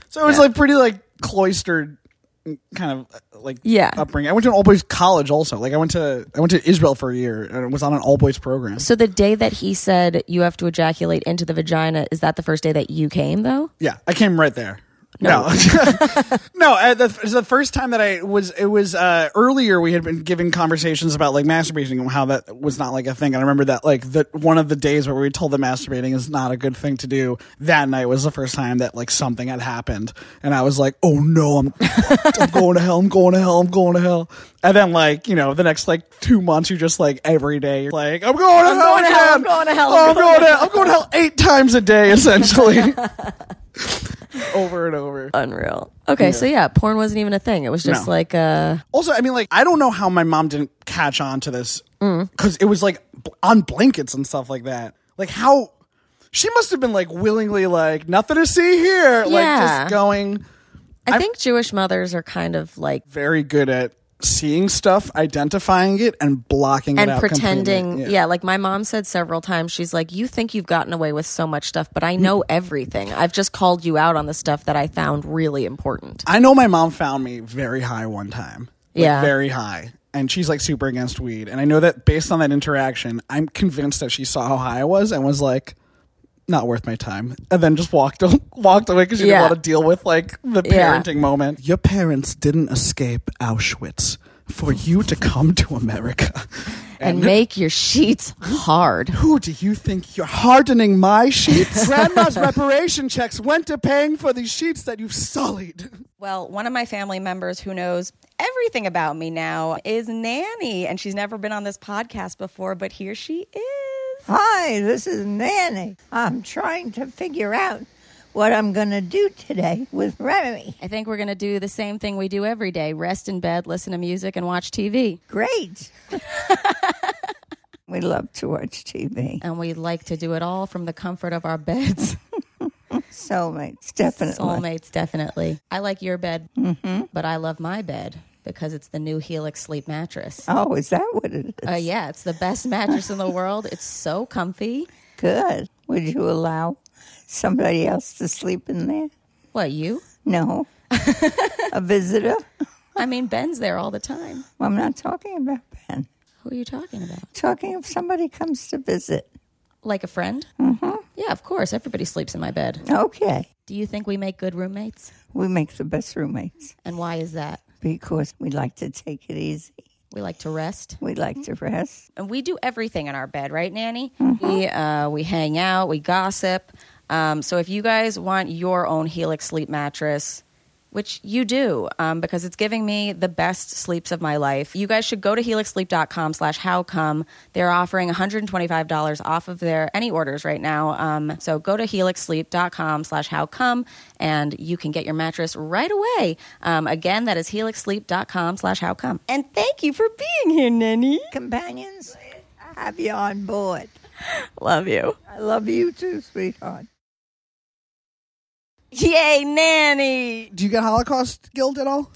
So it was like pretty like cloistered, kind of uh, like
Yeah.
upbringing. I went to an all boys college also. Like I went to I went to Israel for a year and was on an all boys program.
so the day that he said you have to ejaculate into the vagina, is that the first day that you came though?
Yeah, I came right there. No, <laughs> no. uh, the, it's the first time that I was, it was uh, earlier. We had been giving conversations about like masturbation and how that was not like a thing. And I remember that like the one of the days where we told that masturbating is not a good thing to do. That night was the first time that like something had happened, and I was like, oh no, I'm, I'm going to hell. I'm going to hell. I'm going to hell. And then like you know the next like two months, you're just like every day, you're like, I'm going to hell.
going to hell, I'm
again.
going to hell,
Oh, I'm going to hell. I'm going to hell eight times a day
<laughs>
essentially. over and over.
Unreal. Okay, so yeah, porn wasn't even a thing. It was just
No.
like uh
Also, I mean, like, I don't know how my mom didn't catch on to this because it was like bl- on blankets and stuff like that. Like, how she must have been like willingly, like, nothing to see here. Like,
Yeah.
just going
I think Jewish mothers are kind of like
very good at seeing stuff, identifying it, and blocking it
and
out.
pretending yeah.
completely.
like my mom said several times she's like you think you've gotten away with so much stuff but i know everything i've just called you out on the stuff that i found really important
I know my mom found me very high one time. Like,
Yeah.
Very high. And she's like super against weed. And I know that based on that interaction, I'm convinced that she saw how high I was and was like, not worth my time. And then just walked <laughs> walked away because she
Yeah.
didn't want to deal with like the
Yeah.
parenting moment. Your parents didn't escape Auschwitz for you to come to America.
and make your sheets hard
<laughs> Who do you think you're hardening my sheets? <laughs> Grandma's reparation checks went to paying for these sheets that you've sullied.
Well, one of my family members who knows everything about me now is Nanny, and she's never been on this podcast before, but here she is.
Hi, this is Nanny. I'm trying to figure out what I'm going to do today with Remy.
I think we're going to do the same thing we do every day rest in bed, listen to music, and watch TV.
Great. we love to watch TV.
And we like to do it all from the comfort of our beds.
Soulmates, definitely.
Soulmates, definitely. I like your bed, but I love my bed because it's the new Helix sleep mattress.
Oh, is that what it is?
Uh, yeah, it's the best <laughs> mattress in the world. It's so comfy.
Good. Would you allow somebody else to sleep in there?
What, you?
No. A visitor?
I mean, Ben's there all the time.
I'm not talking about Ben.
Who are you talking about?
Talking if somebody comes to visit.
Like a friend? Mm-hmm. Yeah, of course. Everybody sleeps in my bed.
Okay.
Do you think we make good roommates?
We make the best roommates
And why is that?
because we like to take it easy.
We like to rest.
We like to rest.
Mm-hmm. And we do everything in our bed, right, Nanny? We, uh, we hang out, we gossip. Um, so if you guys want your own Helix sleep mattress, which you do um, because it's giving me the best sleeps of my life you guys should go to helixsleep.com slash how come they're offering $125 off of their any orders right now um, so go to helixsleep.com slash how come and you can get your mattress right away um, again that is helixsleep.com slash how come and thank you for being here nanny
Companions, I have you on board.
love you
I love you too, sweetheart.
yay nanny
Do you get Holocaust guilt at all?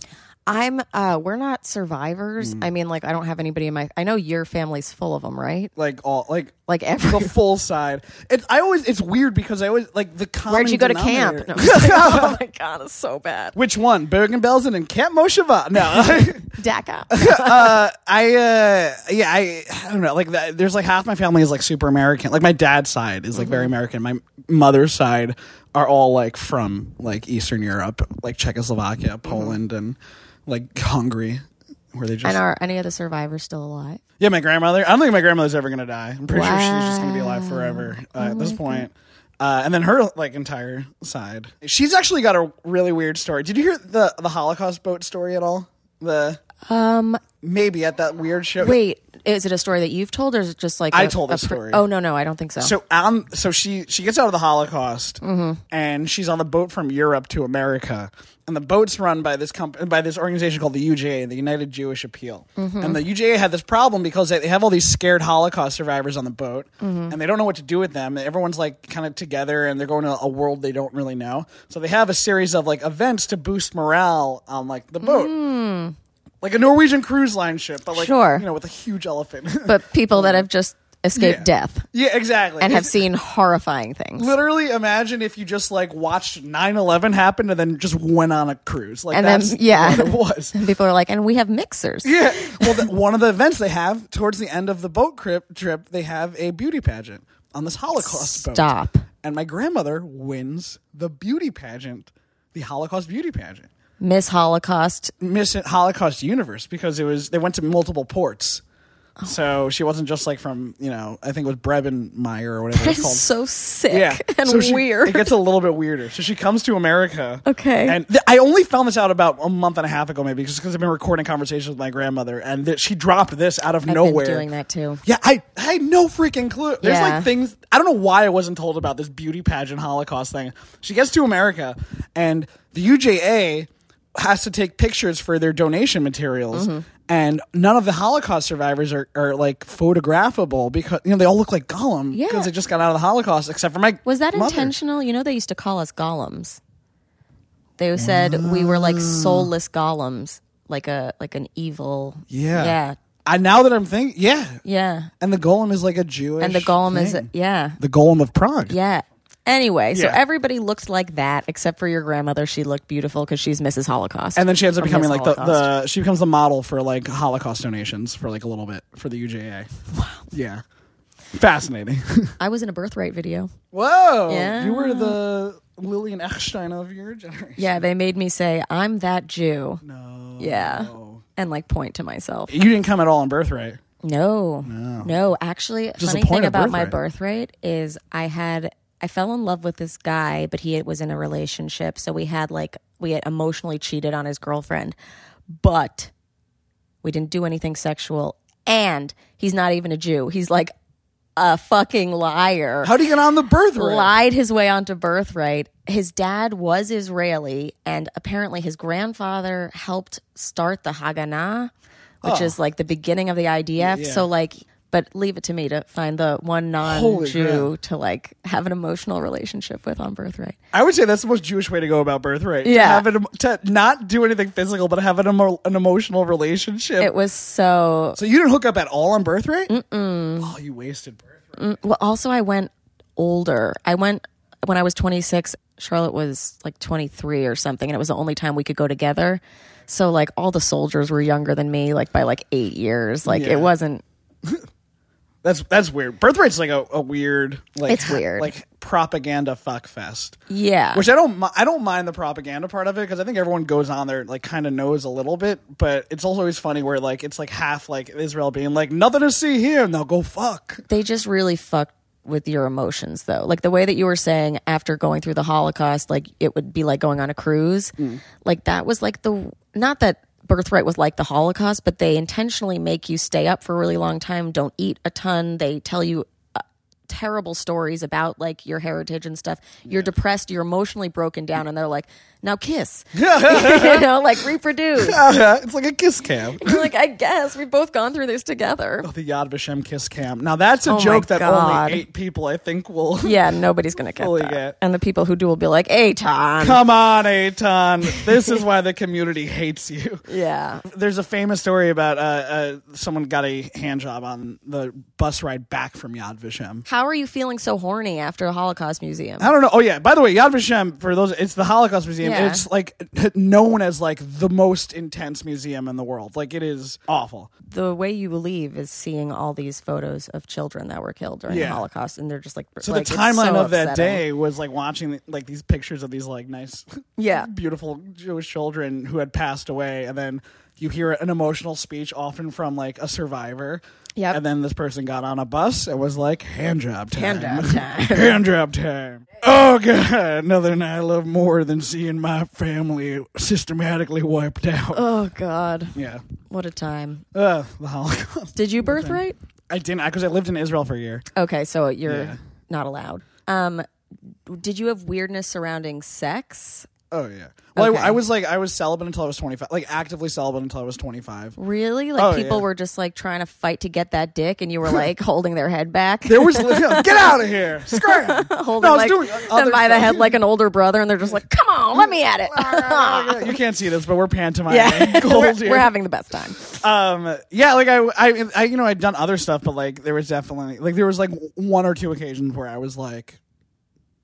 I'm uh we're not survivors.
Hmm.
I mean like I don't have anybody in my I know your family's full of them, right?
Like all like
Like every
the full side. It's I always it's weird because I always like the common
<laughs> Where'd you go to
denominator-
camp? No.
<laughs>
oh my god, it's so bad.
Which one, Bergen Belsen and Camp Mosheva? No. <laughs>
Daca.
uh, I uh, yeah, I I don't know. Like, th- there's like half my family is like super American. Like my dad's side is like very
Mm-hmm.
American. My mother's side are all like from like Eastern Europe, like Czechoslovakia,
Mm-hmm.
Poland, and like Hungary, where they just
and are any of the survivors still alive?
yeah. My grandmother. I don't think my grandmother's ever gonna die. I'm pretty sure she's just gonna be alive forever uh,
Oh
at this point. Uh, and then her like entire side. She's actually got a really weird story. Did you hear the the Holocaust boat story at all? The
Um
maybe at that weird show.
wait, is it a story that you've told or is it just like
I
I
told this story.
Oh no, no, I don't think so.
So um, so she she gets out of the Holocaust, and she's on the boat from Europe to America, and the boat's run by this comp- by this organization called the UJA, the United Jewish Appeal,
Mm-hmm.
and the UJA had this problem because they, they have all these scared Holocaust survivors on the boat,
Mm-hmm.
and they don't know what to do with them. Everyone's like kind of together, and they're going to a world they don't really know. So they have a series of like events to boost morale on like the boat. Like a Norwegian cruise line ship, but like
Mm. Sure.
you know, with a huge <laughs> elephant.
but people that have just escaped
Yeah.
death
yeah, exactly.
and have
It's-
seen horrifying things.
literally imagine if you just like watched 9-11 happen and then just went on a cruise like
and then
that's
yeah,
what it was <laughs>
and people are like, and we have mixers.
yeah well the, one of the events they have towards the end of the boat trip trip they have a beauty pageant on this holocaust boat
Stop.
and my grandmother wins the beauty pageant the holocaust beauty pageant
Miss Holocaust.
miss holocaust universe because it was they went to multiple ports
Oh.
so she wasn't just like from you know i think it was brebenmeyer or whatever
<laughs>
it's
It's
called
so sick
yeah.
<laughs> and
So she-
weird.
It gets a little bit weirder. So she comes to America.
Okay.
And th- I only found this out about a month and a half ago, maybe, just because I've been recording conversations with my grandmother, and th- she dropped this out of
I've
nowhere.
been doing that too.
Yeah, I, I had no freaking clue. There's
Yeah.
like things I don't know why I wasn't told about this beauty pageant Holocaust thing. She gets to America and the UJA has to take pictures for their donation materials.
Mm-hmm.
And none of the Holocaust survivors are, are like photographable because you know they all look like Gollum
Yeah.
because they just got out of the Holocaust except for my
Was that
mother.
intentional? You know, they used to call us golems. They said we were
Ah.
like soulless golems, like a like an evil.
Yeah.
yeah,
I now that I'm thinking, yeah.
yeah.
And the golem is like a Jewish
And the golem is
thing.
yeah,
the golem of Prague.
yeah. Anyway, so
Yeah.
everybody looked like that except for your grandmother. She looked beautiful because she's Mrs. Holocaust.
And then she ends up
Or
becoming
Miss
like the,
Holocaust.
the she becomes the model for like Holocaust donations for like a little bit for the UJA. Wow. Yeah. Fascinating. <laughs>
I was in a birthright video.
Whoa.
Yeah.
You were the Lillian Eckstein of your generation.
Yeah, they made me say, "I'm that Jew." No. Yeah, and like point to myself.
You didn't come at all on birthright.
No, no, Actually,
is
funny
the point
thing
of
about my
birthright.
birth rate is I had I fell in love with this guy, but he was in a relationship, so we had like we had emotionally cheated on his girlfriend, but we didn't do anything sexual, and he's not even a Jew. He's like a fucking liar
How do you get on the birthright?
lied his way onto birthright. His dad was Israeli, and apparently his grandfather helped start the Haganah, which is like the beginning of the IDF. So, like, but leave it to me to find the one non Jew to like have an emotional relationship with on birthright.
I would say that's the most Jewish way to go about birthright. To
Yeah.
have an, em- to not do anything physical, but have an, emo- an emotional relationship.
It was so.
so you didn't hook up at all on birthright? Mm-mm. Oh, you wasted birthright.
Well, also, I went older. I went when I was 26. Charlotte was like 23 or something, and it was the only time we could go together. So, like, all the soldiers were younger than me, like by like eight years. Like,
Yeah.
it wasn't.
That's that's weird. Birthright's like a, a weird like
It's weird.
like propaganda fuck fest.
Yeah.
Which I don't mi- I don't mind the propaganda part of it because I think everyone goes on there like kind of knows a little bit, but it's also always funny where like it's like half like Israel being like nothing to see here, now go fuck. <laughs>
they just really fucked with your emotions though. Like the way that you were saying after going through the Holocaust, like it would be like going on a cruise. Like that was like the not that birthright was like the Holocaust, but they intentionally make you stay up for a really long time, don't eat a ton. They tell you uh, terrible stories about like your heritage and stuff. You're depressed, you're emotionally broken down and they're like, "Now kiss." <laughs> you know, like reproduce.
it's like a kiss cam. <laughs>
You're like, "I guess we've both gone through this together."
The Yad Vashem kiss cam. Now that's a
Oh my
joke that
God.
only eight people I think will.
<laughs> Yeah, nobody's gonna get
Fully
that.
get.
And the people who do will be like, "Aton."
<laughs> Come on, Aton. This is why the community hates you.
Yeah.
There's a famous story about uh, uh, someone got a hand job on the bus ride back from Yad Vashem.
How are you feeling so horny after a Holocaust museum?
I don't know. Oh yeah. By the way, Yad Vashem for those, it's the Holocaust Museum.
Yeah.
It's like <laughs> known as like the most intense museum in the world. Like it is awful.
The way you leave is seeing all these photos of children that were killed during
Yeah.
the Holocaust, and they're just like,
So
like,
the
it's
timeline
so
of that
upsetting.
day was like watching like these pictures of these like nice,
Yeah.
<laughs> beautiful Jewish children who had passed away, and then you hear an emotional speech often from like a survivor.
Yep.
And then this person got on a bus and was like, hand job time.
Hand
<laughs>
job time.
hand job time. Oh, God. Nothing I love more than seeing my family systematically wiped out.
Oh God,
Yeah.
what a time!
Uh, the Holocaust.
Did you birthright?
I didn't, because I lived in Israel for a year.
Okay, so you're
Yeah.
not allowed. Um, did you have weirdness surrounding sex?
Oh yeah. Well,
Okay.
I, I was like, I was celibate until I was twenty five. Like actively celibate until I was twenty five.
Really? Like
Oh,
people
yeah.
were just like trying to fight to get that dick, and you
<laughs>
were like holding their head back.
There was <laughs> get out
<laughs>
of here, scram.
holding
No, I was
like
doing
them
other
by the
stuff.
head like an older brother, and they're just like, "Come on, let me at
<laughs>
it." <laughs>
you can't see this, but we're pantomiming
yeah,
<laughs> gold
we're,
here.
we're having the best time.
um, yeah, like I, I, I, you know, I'd done other stuff, but like there was definitely like there was like one or two occasions where I was like,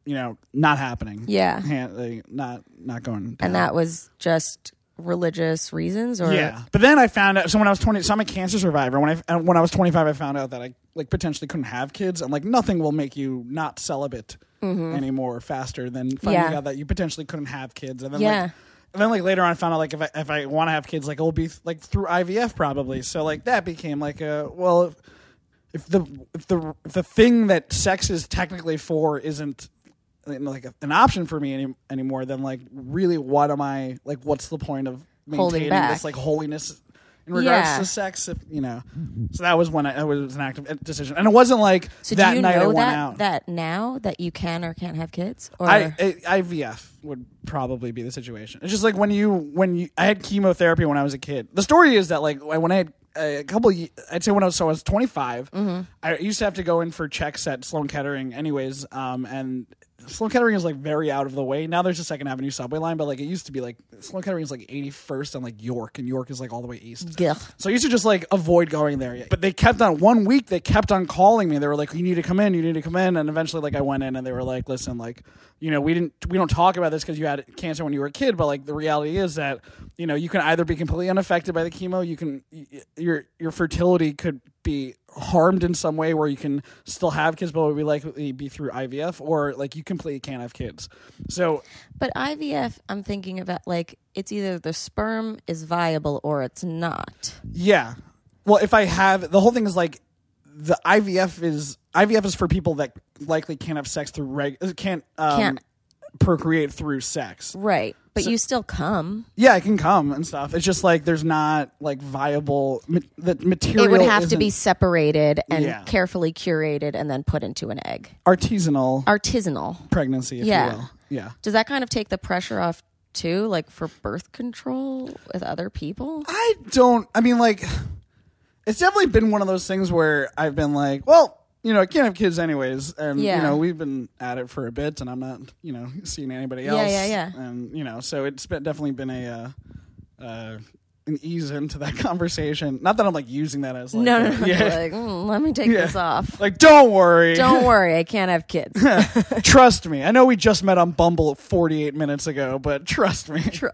you know, not happening.
Yeah.
Hand- like, not not going.
And that was just religious reasons, or
Yeah, but then I found out. So when I was twenty, so I'm a cancer survivor. When I and when I was twenty five, I found out that I like potentially couldn't have kids, and like nothing will make you not celibate anymore faster than finding
Mm-hmm. Yeah.
out that you potentially couldn't have kids, and then
Yeah.
like. And then, like later on, I found out like if I if I want to have kids, like it'll be like through IVF probably. So like that became like a well, if, if the if the if the thing that sex is technically for isn't like an option for me any, anymore, then like really, what am I like? What's the point of
Holding
maintaining
back.
this like holiness in regards
Yeah.
to sex? If you know, so that was when I, it was an active decision, and it wasn't like
So
that
do you
night I
know
went
that
out.
that now that you can or can't have kids, or
I, I IVF would probably be the situation. It's just like when you when you I had chemotherapy when I was a kid. The story is that like I- when I had a couple, of ye- I'd say when I was so I was twenty I used to have to go in for checks at Sloan Kettering, anyways. Um, and Sloan Kettering is like very out of the way now. There's a Second Avenue subway line, but like it used to be like Sloan Kettering is like eighty first and like York, and York is like all the way east.
Gah.
So I used to just like avoid going there. But they kept on one week they kept on calling me. They were like, You need to come in, you need to come in and eventually like I went in and they were like, Listen, like, you know, we didn't we don't talk about this because you had cancer when you were a kid, but like the reality is that, you know, you can either be completely unaffected by the chemo, you can y- y- your your fertility could be harmed in some way where you can still have kids but it would be likely be through IVF or like you completely can't have kids. So
but IVF, I'm thinking about like it's either the sperm is viable or it's not.
Yeah. Well, if I have the whole thing is like the IVF is IVF is for people that likely can't have sex through reg uh, can't um,
Can't.
procreate through sex.
Right, but you still come.
Yeah, it can come and stuff. It's just like there's not like viable ma- the material.
It would have
<laughs>
to be
isn't
separated and
Yeah.
carefully curated and then put into an egg.
artisanal
Artisanal.
pregnancy, if
Yeah.
you will. Yeah.
Does that kind of take the pressure off too, like for birth control with other people?
I don't. I mean, like, it's definitely been one of those things where I've been like, well, you know, I can't have kids anyways, and
Yeah.
you know, we've been at it for a bit, and I'm not, you know, seeing anybody
Yeah,
else.
yeah, yeah.
And you know, so it's been, definitely been a. Uh, uh, an ease into that <laughs> conversation. Not that I'm like using that as like,
No,
a-
no, no.
yeah.
Like, mm, let me take
Yeah.
this off.
Like, don't worry, <laughs>
Don't worry, I can't have kids.
trust me. I know we just met on Bumble 48 minutes ago, but trust me.
Tr-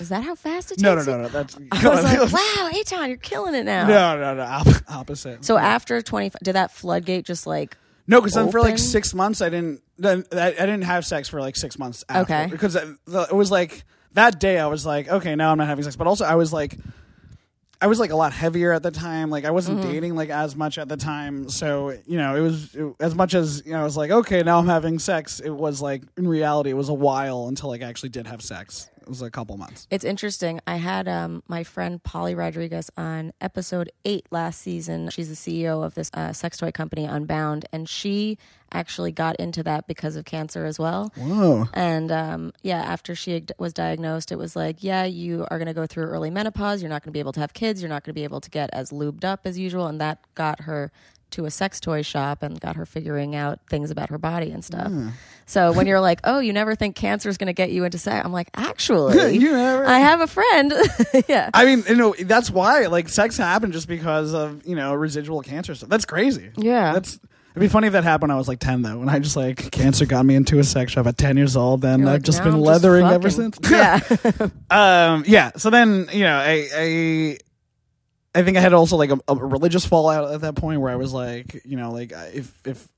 Is that how fast it takes?
<laughs> no, no, no,
you?
no. That's
<laughs> I
<laughs>
was like, wow, Aton, you're killing it now.
no, no, no. op- opposite.
So after 25, did that floodgate just like,
No, because then for like
open?
six months, I didn't. Then I I didn't have sex for like six months. After,
Okay.
because I- the- it was like that day, I was like, okay, now I'm not having sex. But also, I was like, I was like a lot heavier at the time. Like I wasn't
Mm-hmm.
dating like as much at the time. So, you know, it was it- as much as, you know, I was like, okay, now I'm having sex. It was like in reality it was a while until like I actually did have sex. It was a couple months.
It's interesting. I had um, my friend Polly Rodriguez on episode eight last season. She's the CEO of this uh, sex toy company, Unbound, and she actually got into that because of cancer as well. Whoa. And um, yeah, after she d- was diagnosed, it was like, yeah, you are going to go through early menopause. You're not going to be able to have kids. You're not going to be able to get as lubed up as usual. And that got her to a sex toy shop and got her figuring out things about her body and stuff.
Hmm.
So when you're like, oh, you never think cancer is going to get you into sex, I'm like, actually,
<laughs> You never-
I have a friend. <laughs> yeah.
I mean, you know, that's why like sex happened just because of, you know, residual cancer stuff. That's crazy.
Yeah.
That's It'd be funny if that happened when I was like 10, though, when I just like cancer got me into a sex shop at 10 years old, and
You're
I've
like,
just
now
been
I'm
leathering ever
fucking- <laughs>
since. <laughs>
Yeah.
um yeah so then you know i i i think i had also like a, a religious fallout at that point where i was like you know like I- if if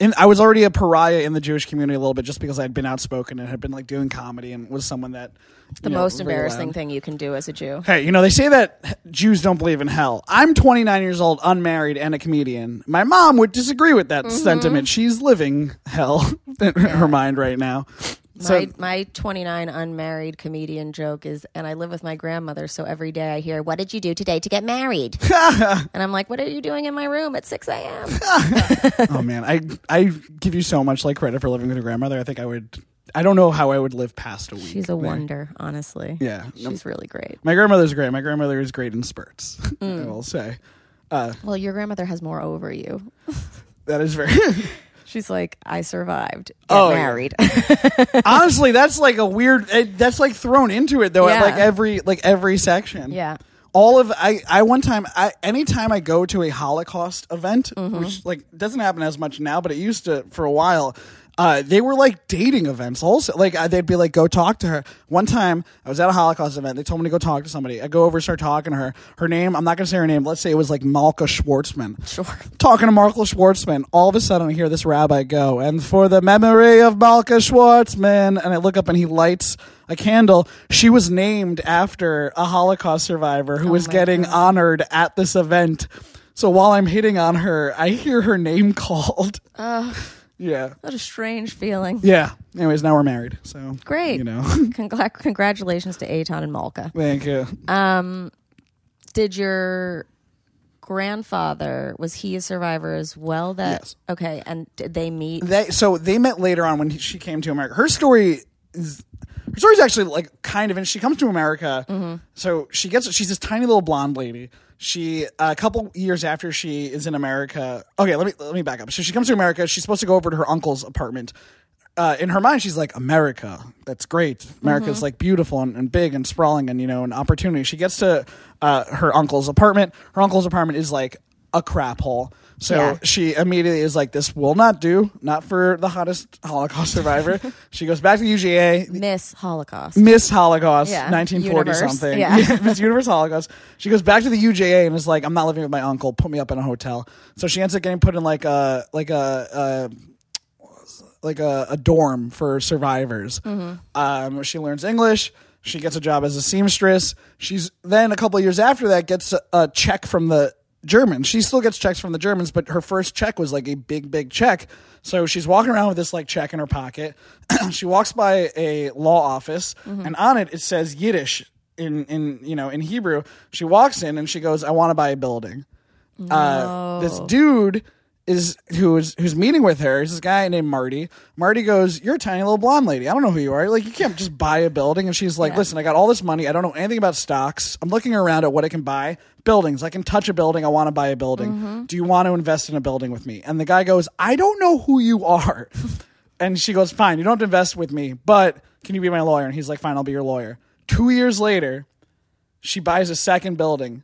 and I was already a pariah in the Jewish community a little bit just because I had been outspoken and had been like doing comedy and was someone that
the
you know,
most
really
embarrassing
loud.
thing you can do as a Jew.
Hey, you know they say that Jews don't believe in hell. I'm 29 years old, unmarried, and a comedian. My mom would disagree with
Mm-hmm.
that sentiment. She's living hell <laughs> in her mind right now. So
my my 29 unmarried comedian joke is, and I live with my grandmother, so every day I hear, "What did you do today to get married?"
<laughs>
and I'm like, "What are you doing in my room at 6 a.m.?"
<laughs> Oh man, I I give you so much like credit for living with your grandmother. I think I would. I don't know how I would live past a week.
She's a wonder, honestly.
Yeah.
she's really great.
My grandmother's great. My grandmother is great in spurts. <laughs>
Mm.
I will say
Well, your grandmother has more over you.
that is very. <laughs>
She's like, "I survived. Get
Oh, yeah. <laughs>
married."
Honestly, that's like a weird. It, that's like thrown into it though. At
Yeah.
like every like every section.
Yeah.
All of I I one time I anytime I go to a Holocaust event, which like doesn't happen as much now, but it used to for a while. Uh, they were like dating events also. Like I, they'd be like, go talk to her. One time I was at a Holocaust event. They told me to go talk to somebody. I go over, start talking to her. Her name, I'm not going to say her name. Let's say it was like Malka Schwartzman. Sure. Talking to Malka Schwartzman. All of a sudden I hear this rabbi go, and for the memory of Malka Schwartzman. And I look up and he lights a candle. She was named after a Holocaust survivor who was getting honored at this event. So while I'm hitting on her, I hear her name <laughs> called. yeah.
what a strange feeling.
Yeah. Anyways, now we're married. So
Great.
You
<laughs>
know. <laughs>
Congla- congratulations to Aton and Malka.
Thank you.
Did your grandfather was he a survivor as well? That
Yes.
okay, and did they meet?
They, so they met later on when he- she came to America. Her story is her story's actually like kind of, and she comes to America. So she gets she's this tiny little blonde lady. She uh, a couple years after she is in America. Okay, let me let me back up. So she comes to America. She's supposed to go over to her uncle's apartment. Uh, in her mind, she's like America. That's great. America's like beautiful and, and big and sprawling and you know an opportunity. She gets to uh, her uncle's apartment. Her uncle's apartment is like a crap hole. So
Yeah.
she immediately is like, "This will not do. Not for the hottest Holocaust <laughs> survivor." she goes back to UGA,
Miss Holocaust.
Miss Holocaust,
Yeah.
1940
Universe.
something.
Yeah.
<laughs> Miss Universe Holocaust. She goes back to the UJA and is like, "I'm not living with my uncle. Put me up in a hotel." So she ends up getting put in like a like a. a like a, a dorm for survivors. Um, she learns English. She gets a job as a seamstress. She's then a couple of years after that gets a, a check from the Germans. She still gets checks from the Germans, but her first check was like a big, big check. So she's walking around with this like check in her pocket. <clears throat> she walks by a law office, and on it it says Yiddish in in you know in Hebrew. She walks in and she goes, "I want to buy a building." uh, this dude is who's who's meeting with her is this guy named Marty. Marty goes, "You're a tiny little blonde lady. I don't know who you are. Like you can't just buy a building." And she's like, "Listen, I got all this money. I don't know anything about stocks. I'm looking around at what I can buy. Buildings. I can touch a building. I want to buy a building. Do you want to invest in a building with me?" And the guy goes, "I don't know who you are." and she goes, "Fine. You don't have to invest with me, but can you be my lawyer?" And he's like, "Fine. I'll be your lawyer." 2 years later, she buys a second building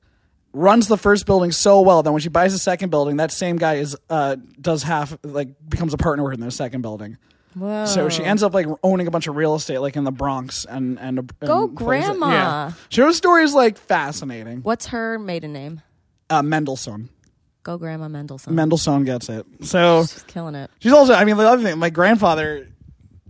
runs the first building so well that when she buys the second building, that same guy is uh, does half like becomes a partner with her in the second building. So she ends up like owning a bunch of real estate, like in the Bronx, and and, and
Go
places-
grandma.
Yeah, her story is like fascinating.
What's her maiden name?
Uh, Mendelssohn,
Go Grandma Mendelssohn.
Mendelssohn gets it. So
She's killing it.
she's also, I mean, the other thing, my grandfather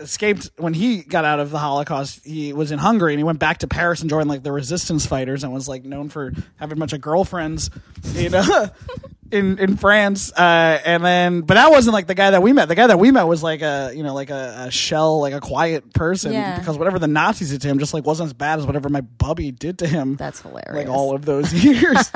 escaped when he got out of the Holocaust. He was in Hungary and he went back to Paris and joined like the resistance fighters and was like known for having a bunch of girlfriends in uh, <laughs> in in France. Uh, and then, but that wasn't like the guy that we met. The guy that we met was like a you know like a, a shell, like a quiet person
Yeah.
because whatever the Nazis did to him just like wasn't as bad as whatever my bubby did to him.
That's hilarious.
Like all of those <laughs> years.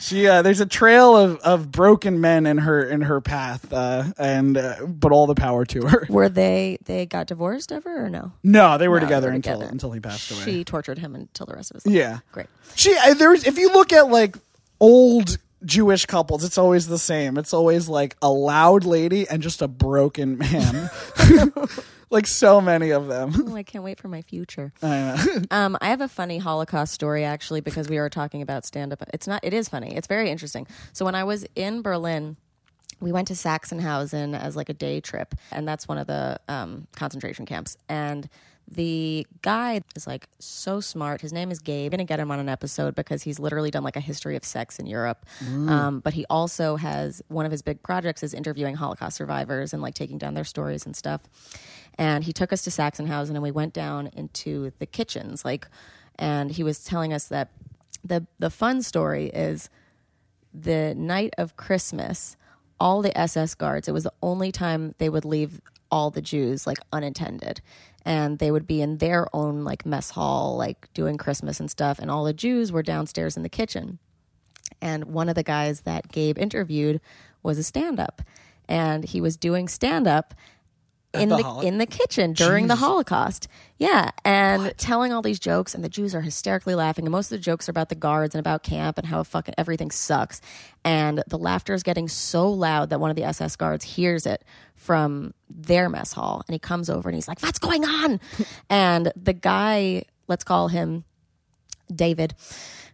She uh, there's a trail of, of broken men in her in her path, uh, and uh, but all the power to her. <laughs>
Were they they got divorced ever or no?
No, they were
No,
together
they were
until
together.
until he passed away.
She tortured him until the rest of his life.
Yeah.
Great.
She I, there was if you look at like old Jewish couples, it's always the same. It's always like a loud lady and just a broken man. <laughs> like so many of them.
Oh, I can't wait for my future.
<laughs>
um, I have a funny Holocaust story actually because we were talking about stand up. It's not. It is funny. It's very interesting. So when I was in Berlin. We went to Sachsenhausen as like a day trip, and that's one of the um, concentration camps. And the guy is like so smart. His name is Gabe. I'm gonna get him on an episode because he's literally done like a history of sex in Europe. Um, but he also has one of his big projects is interviewing Holocaust survivors and like taking down their stories and stuff. And he took us to Sachsenhausen and we went down into the kitchens, like, and he was telling us that the the fun story is the night of Christmas, all the SS guards, it was the only time they would leave all the Jews like unattended. And they would be in their own like mess hall, like doing Christmas and stuff. And all the Jews were downstairs in the kitchen. And one of the guys that Gabe interviewed was a stand up. And he was doing stand up in the,
holo-
in the kitchen during the Holocaust. Yeah, and telling all these jokes, and the Jews are hysterically laughing. And most of the jokes are about the guards and about camp and how fucking everything sucks. And the laughter is getting so loud that one of the SS guards hears it from their mess hall, and he comes over and he's like, "What's going <laughs> on?" and the guy, let's call him David.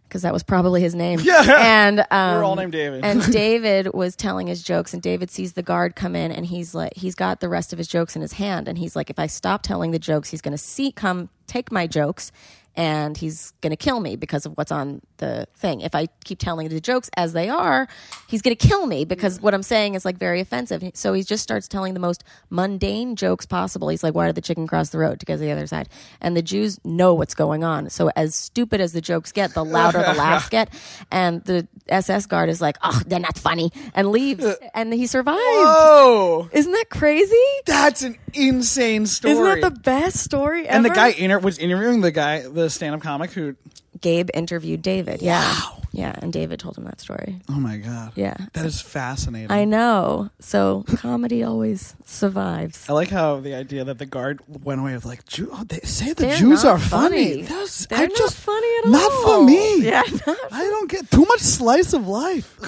Because that was probably his name. Yeah. And um,
all named David. <laughs>
and David was telling his jokes, and David sees the guard come in, and he's like, he's got the rest of his jokes in his hand, and he's like, if I stop telling the jokes, he's going to see come take my jokes, and he's going to kill me because of what's on the thing. If I keep telling the jokes as they are, he's going to kill me because what I'm saying is like very offensive. So he just starts telling the most mundane jokes possible. He's like, why did the chicken cross the road to go to the other side? And the Jews know what's going on. So as stupid as the jokes get, the louder the laughs
<laughs>
get, and the SS guard is like, oh, they're not funny, and leaves.
Uh,
And he survived.
Oh,
Isn't that crazy?
that's an insane story.
Isn't that the best story ever?
and the guy inter- was interviewing the guy, the stand-up comic who.
Gabe interviewed David.
Yeah. Yeah. And David told him that story.
Oh my god!
Yeah.
that is fascinating.
I know. So comedy always survives.
I like how the idea that the guard went away with like, Jew- oh, they say the
They're
Jews
not
are funny.
funny.
That's,
They're
I
not
just,
funny at
Not
all.
for me.
<laughs> Yeah,
I don't get too much slice
<laughs>
of life.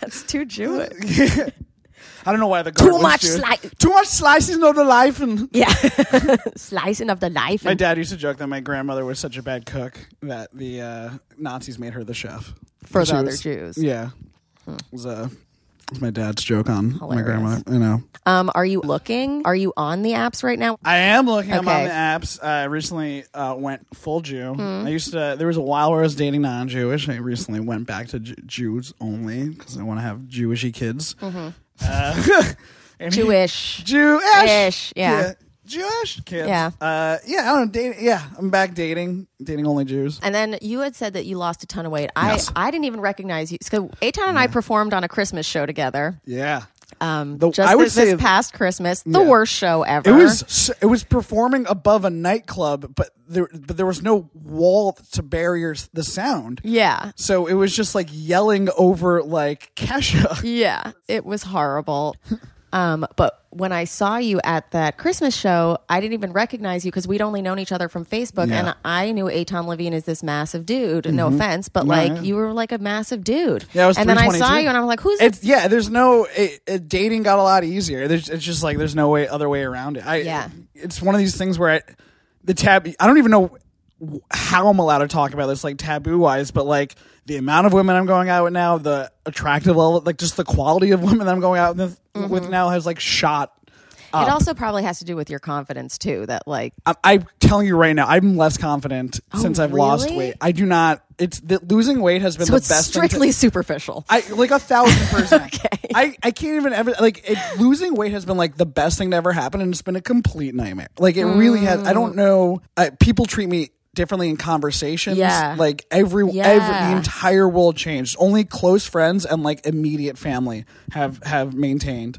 That's too
<laughs>
Jewish.
I don't know why the guard
Too
was
much
Jewish.
sli-
Too much slices, not the life. And
<laughs> Yeah. Slicing of the life.
my
And
dad used to joke that my grandmother was such a bad cook that the uh, Nazis made her the chef
for
She
the other
was-
Jews. Hmm.
Yeah, it was, uh, it was my dad's joke on my
Hilarious.
grandmother. You know.
Um, are you looking? Are you on the apps right now?
I am looking. I'm on
Okay. Hmm.
the apps. I recently uh, went full Jew. I used to. There was a while where I was dating non-Jewish. I recently went back to J- Jews only because I want to have Jewishy kids.
Mm-hmm.
Uh, and he-
Jewish.
Jewish.
Ish, yeah.
Jewish kids.
Yeah.
Uh, yeah. I don't know, date. Yeah. I'm back dating. Dating only Jews.
And then you had said that you lost a ton of weight. I,
Yes.
I didn't even recognize you. So Aton and I performed on a Christmas show together.
Yeah.
Um,
The-
just
I would
this,
say-
this past Christmas, the
Yeah.
worst show ever.
It was s- it was performing above a nightclub, but there but there was no wall to barrier s- the sound.
Yeah.
So it was just like yelling over like Kesha.
Yeah, it was
<laughs>
horrible. Um, but when I saw you at that Christmas show, I didn't even recognize you because we'd only known each other from Facebook,
Yeah.
and I knew Aton Levine is this massive dude. No offense, but
yeah.
like you were like a massive dude.
Yeah, I was
and then I saw
322.
you, and I'm like, who's
It's yeah. There's no it, it, dating got a lot easier. There's it's just like there's no way other way around it. I,
Yeah.
It's one of these things where I, the tab. I don't even know how I'm allowed to talk about this like taboo wise, but like the amount of women I'm going out with now,
Mm-hmm.
the attractive level, like just the quality of women I'm going out with, with now has like shot.
it also probably has to do with your confidence too. That like
I'm, I'm telling you right now, I'm less confident
Oh,
since I've lost
really?
weight. I do not. It's the, losing weight has been
so
the
it's
best. thing to-
strictly superficial.
I like
<laughs>
a thousand percent.
Okay.
I, I can't even ever like it, losing weight has been like the best thing to ever happen, and it's been a complete nightmare. Like it really has. I
Mm.
don't know. I, people treat me differently in conversations.
Yeah.
Like every, every
Yeah.
the entire world changed. Only close friends and like immediate family have have maintained.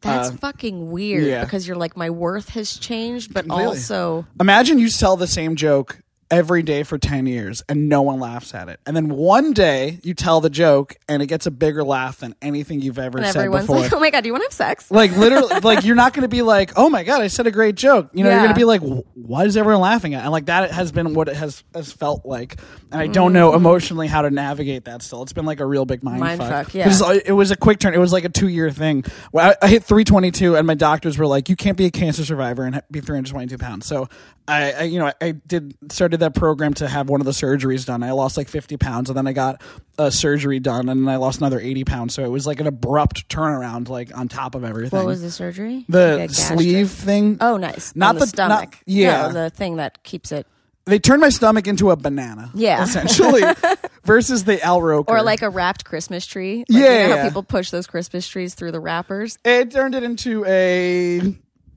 That's fucking weird
uh, yeah.
because you're like my worth has changed, but
Completely.
also
Imagine you tell the same joke every day for 10 years and no one laughs at it. And then one day you tell the joke and it gets a bigger laugh than anything you've ever
and
said
everyone's
before.
like, <laughs> oh my god, do you want to have sex?
like literally like you're not going to be like, "Oh my god, I said a great joke." You know,
Yeah.
you're going to be like, "Wh- "Why is everyone laughing at?" it?" And like that has been what it has has felt like. And I don't know emotionally how to navigate that still. It's been like a real big mind,
Mind
fuck.
fuck, yeah.
It was, uh, it was a quick turn. It was like a 2-year thing. Well, I, I hit 322 and my doctors were like, "You can't be a cancer survivor and ha- be 322 pounds." So I, I you know, I, I did started that program to have one of the surgeries done. I lost like 50 pounds and then I got a surgery done and then I lost another 80 pounds. So it was like an abrupt turnaround like on top of everything
What was the surgery? Like
the
a gastric-
sleeve thing.
Oh, nice.
Not
On
the, not-
stomach.
yeah,
No, the thing that keeps it.
they turned my stomach into a banana.
Yeah. <laughs>
essentially, versus the Alro.
Or like a wrapped Christmas tree. Like,
Yeah,
You know
yeah.
how people push those Christmas trees through the wrappers.
it turned it into a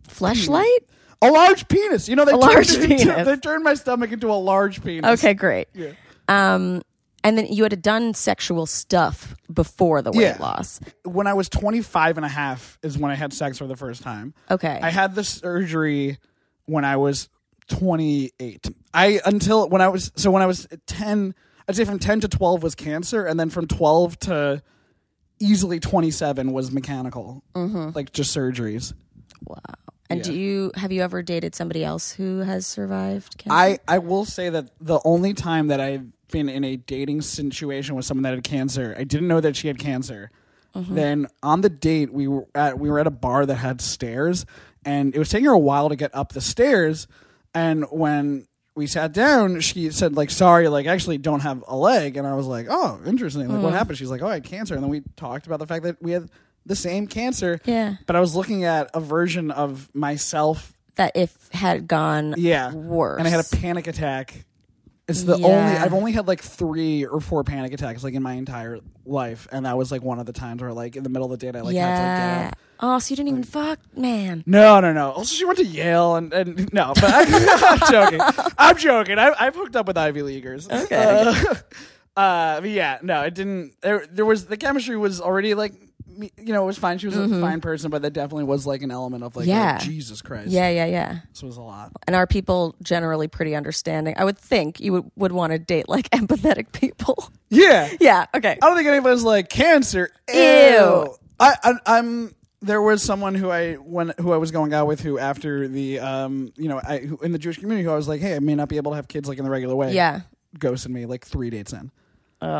Fleshlight?
a large penis. You know, <laughs> they turned
large
it into-
penis.
They turned my stomach into a large
Mm.
penis.
Okay, great. Um
And then you had done sexual stuff before the weight
Yeah.
loss.
when I was 25 and a half is when I had sex for the first time.
Okay.
I had the surgery when I was 28. I until when I was so when I was 10, I'd say from 10 to 12 was cancer and then from 12 to easily 27 was mechanical.
Mm-hmm.
Like just surgeries.
And do you have you ever dated somebody else who has survived? Cancer?
I I will say that the only time that I've been in a dating situation with someone that had cancer, I didn't know that she had cancer. Then on the date we were at we were at a bar that had stairs, and it was taking her a while to get up the stairs. And when we sat down, she said like, "Sorry, like I actually don't have a leg." And I was like, "Oh, interesting. Like what happened?" She's like, "Oh, I had cancer." And then we talked about the fact that we had the same cancer.
Yeah.
But I was looking at a version of myself
that if had gone
yeah
worse.
and i had a panic attack it's the
Yeah.
only i've only had like three or four panic attacks like in my entire life and that was like one of the times where like in the middle of the date i like had to
yeah.
like, get up.
Oh, so you didn't even fuck, man.
no no no also she went to yale and, and <laughs> no but I, i'm joking i'm joking I, i've hooked up with ivy leaguers okay uh, <laughs> uh, but yeah no it didn't there, there was the chemistry was already like me- you know it was fine she was a fine person but that definitely was like an element of like a,
Mm-hmm. Yeah.
jesus christ
Yeah, yeah, yeah.
this was a lot
And are people generally pretty understanding? I would think you would, would want to date like <laughs> empathetic people. <laughs>
yeah
yeah. Okay.
I don't think anybody's like cancer. Ew. I, I I'm there was someone who I when who I was going out with who after the um you know I who, in the Jewish community who I was like hey I may not be able to have kids like in the regular way
Yeah.
ghosted me like three dates in.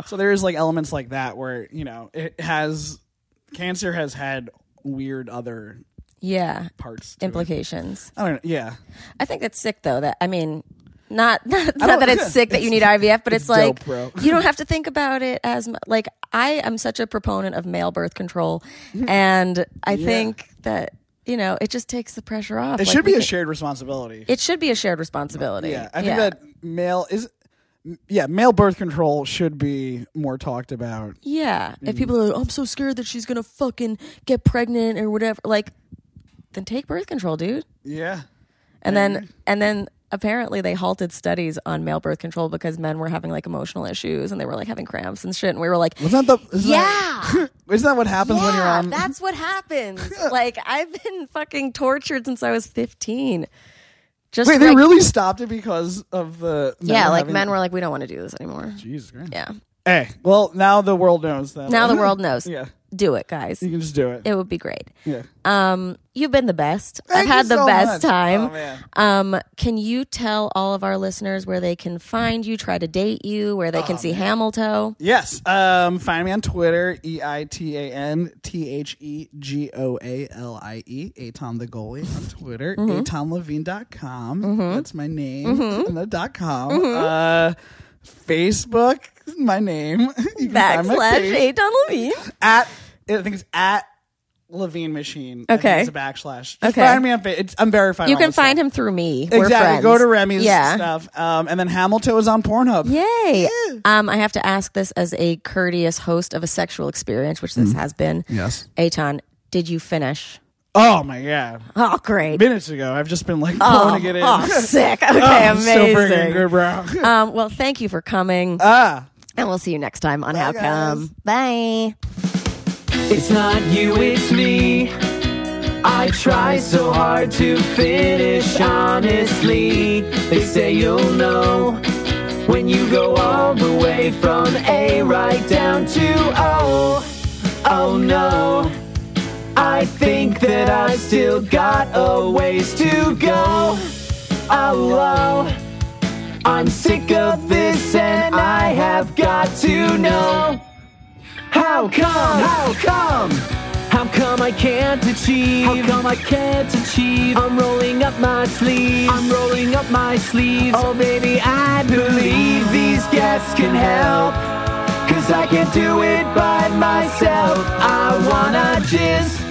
So there is like elements like that where you know it has cancer has had weird other
Yeah.
parts to it.
Implications.
I don't know. Yeah.
I think that's sick though. That I mean, not <laughs> not,
don't-
not that
<laughs>
it's sick that you need IVF, but it's,
it's
like
dope, bro.
<laughs> you don't have to think about it as mu- like I am such a proponent of male birth
<laughs>
control, and I think that you know it just takes the pressure off.
It
Like,
should
we
be a
can-
shared responsibility.
It should be a shared responsibility.
Yeah, I think that male is. m- Yeah, male birth control should be more talked about.
Yeah.
Mm-hmm.
If people are like, "Oh, I'm so scared that she's going to fucking get pregnant or whatever, like, then take birth control, dude.
Yeah,
And
Mm-hmm.
then, and then apparently they halted studies on male birth control because men were having like emotional issues and they were like having cramps and shit. And we were like,
Wasn't that the? Isn't
yeah.
That, <laughs> isn't that what happens when you're
Yeah,
on?
that's what happens. like, I've been fucking tortured since I was 15. Just
<laughs> Wait, they
like-
really stopped it because of the. men
Yeah, like
having-
men were like, we don't want to do this anymore.
Jesus Christ.
Yeah.
Hey, well now the world knows that.
Now the world knows.
Yeah,
Do it, guys.
you can just do it.
It would be great.
yeah.
Um, you've been the best.
Thank
I've had
you
the
so
best
much.
time.
Oh, man.
Um, can you tell all of our listeners where they can find you, try to date you, where they can
Oh,
see Hamilton?
Yes. Um, find me on Twitter, E I T A N T H E G O A L I E, Aton the goalie
<laughs>
on Twitter,
Mm-hmm.
atonlevine.com. That's my name. And the dot com.
Mm-hmm.
Uh, Facebook, my name. <laughs> You can find my
Backslash
page. <laughs>
A Don Levine.
At, I think it's at Levine machine. I think
Okay.
it's a backslash. Just
Okay.
Find me on. Fa- it's, I'm verified.
You can find him through me. We're
Exactly.
friends.
Go to Remy's
yeah.
stuff. Um, and then Hamilton was on Pornhub.
Yay. Um, I have to ask this as a courteous host of a sexual experience, which
Mm.
this has been.
Yes.
Aton, did you finish?
Oh my god.
Oh, great.
Minutes ago, I've just been like going to get in. <laughs>
Oh, sick. Okay,
I'm so freaking
amazing.
good, bro.
um, well, thank you for coming.
<laughs> ah.
and we'll see you next time on How Come. Bye.
It's not you, it's me. I try so hard to finish honestly. They say you'll know when you go all the way from A right down to O. Oh no, I think that I still got a ways to go. Oh, oh. I'm sick of this and I have got to know. How come? How come? How come I can't achieve? How come I can't achieve? I'm rolling up my sleeves. I'm rolling up my sleeves. Oh, baby, I believe these guests can help. Cause I can't do it by myself. I wanna just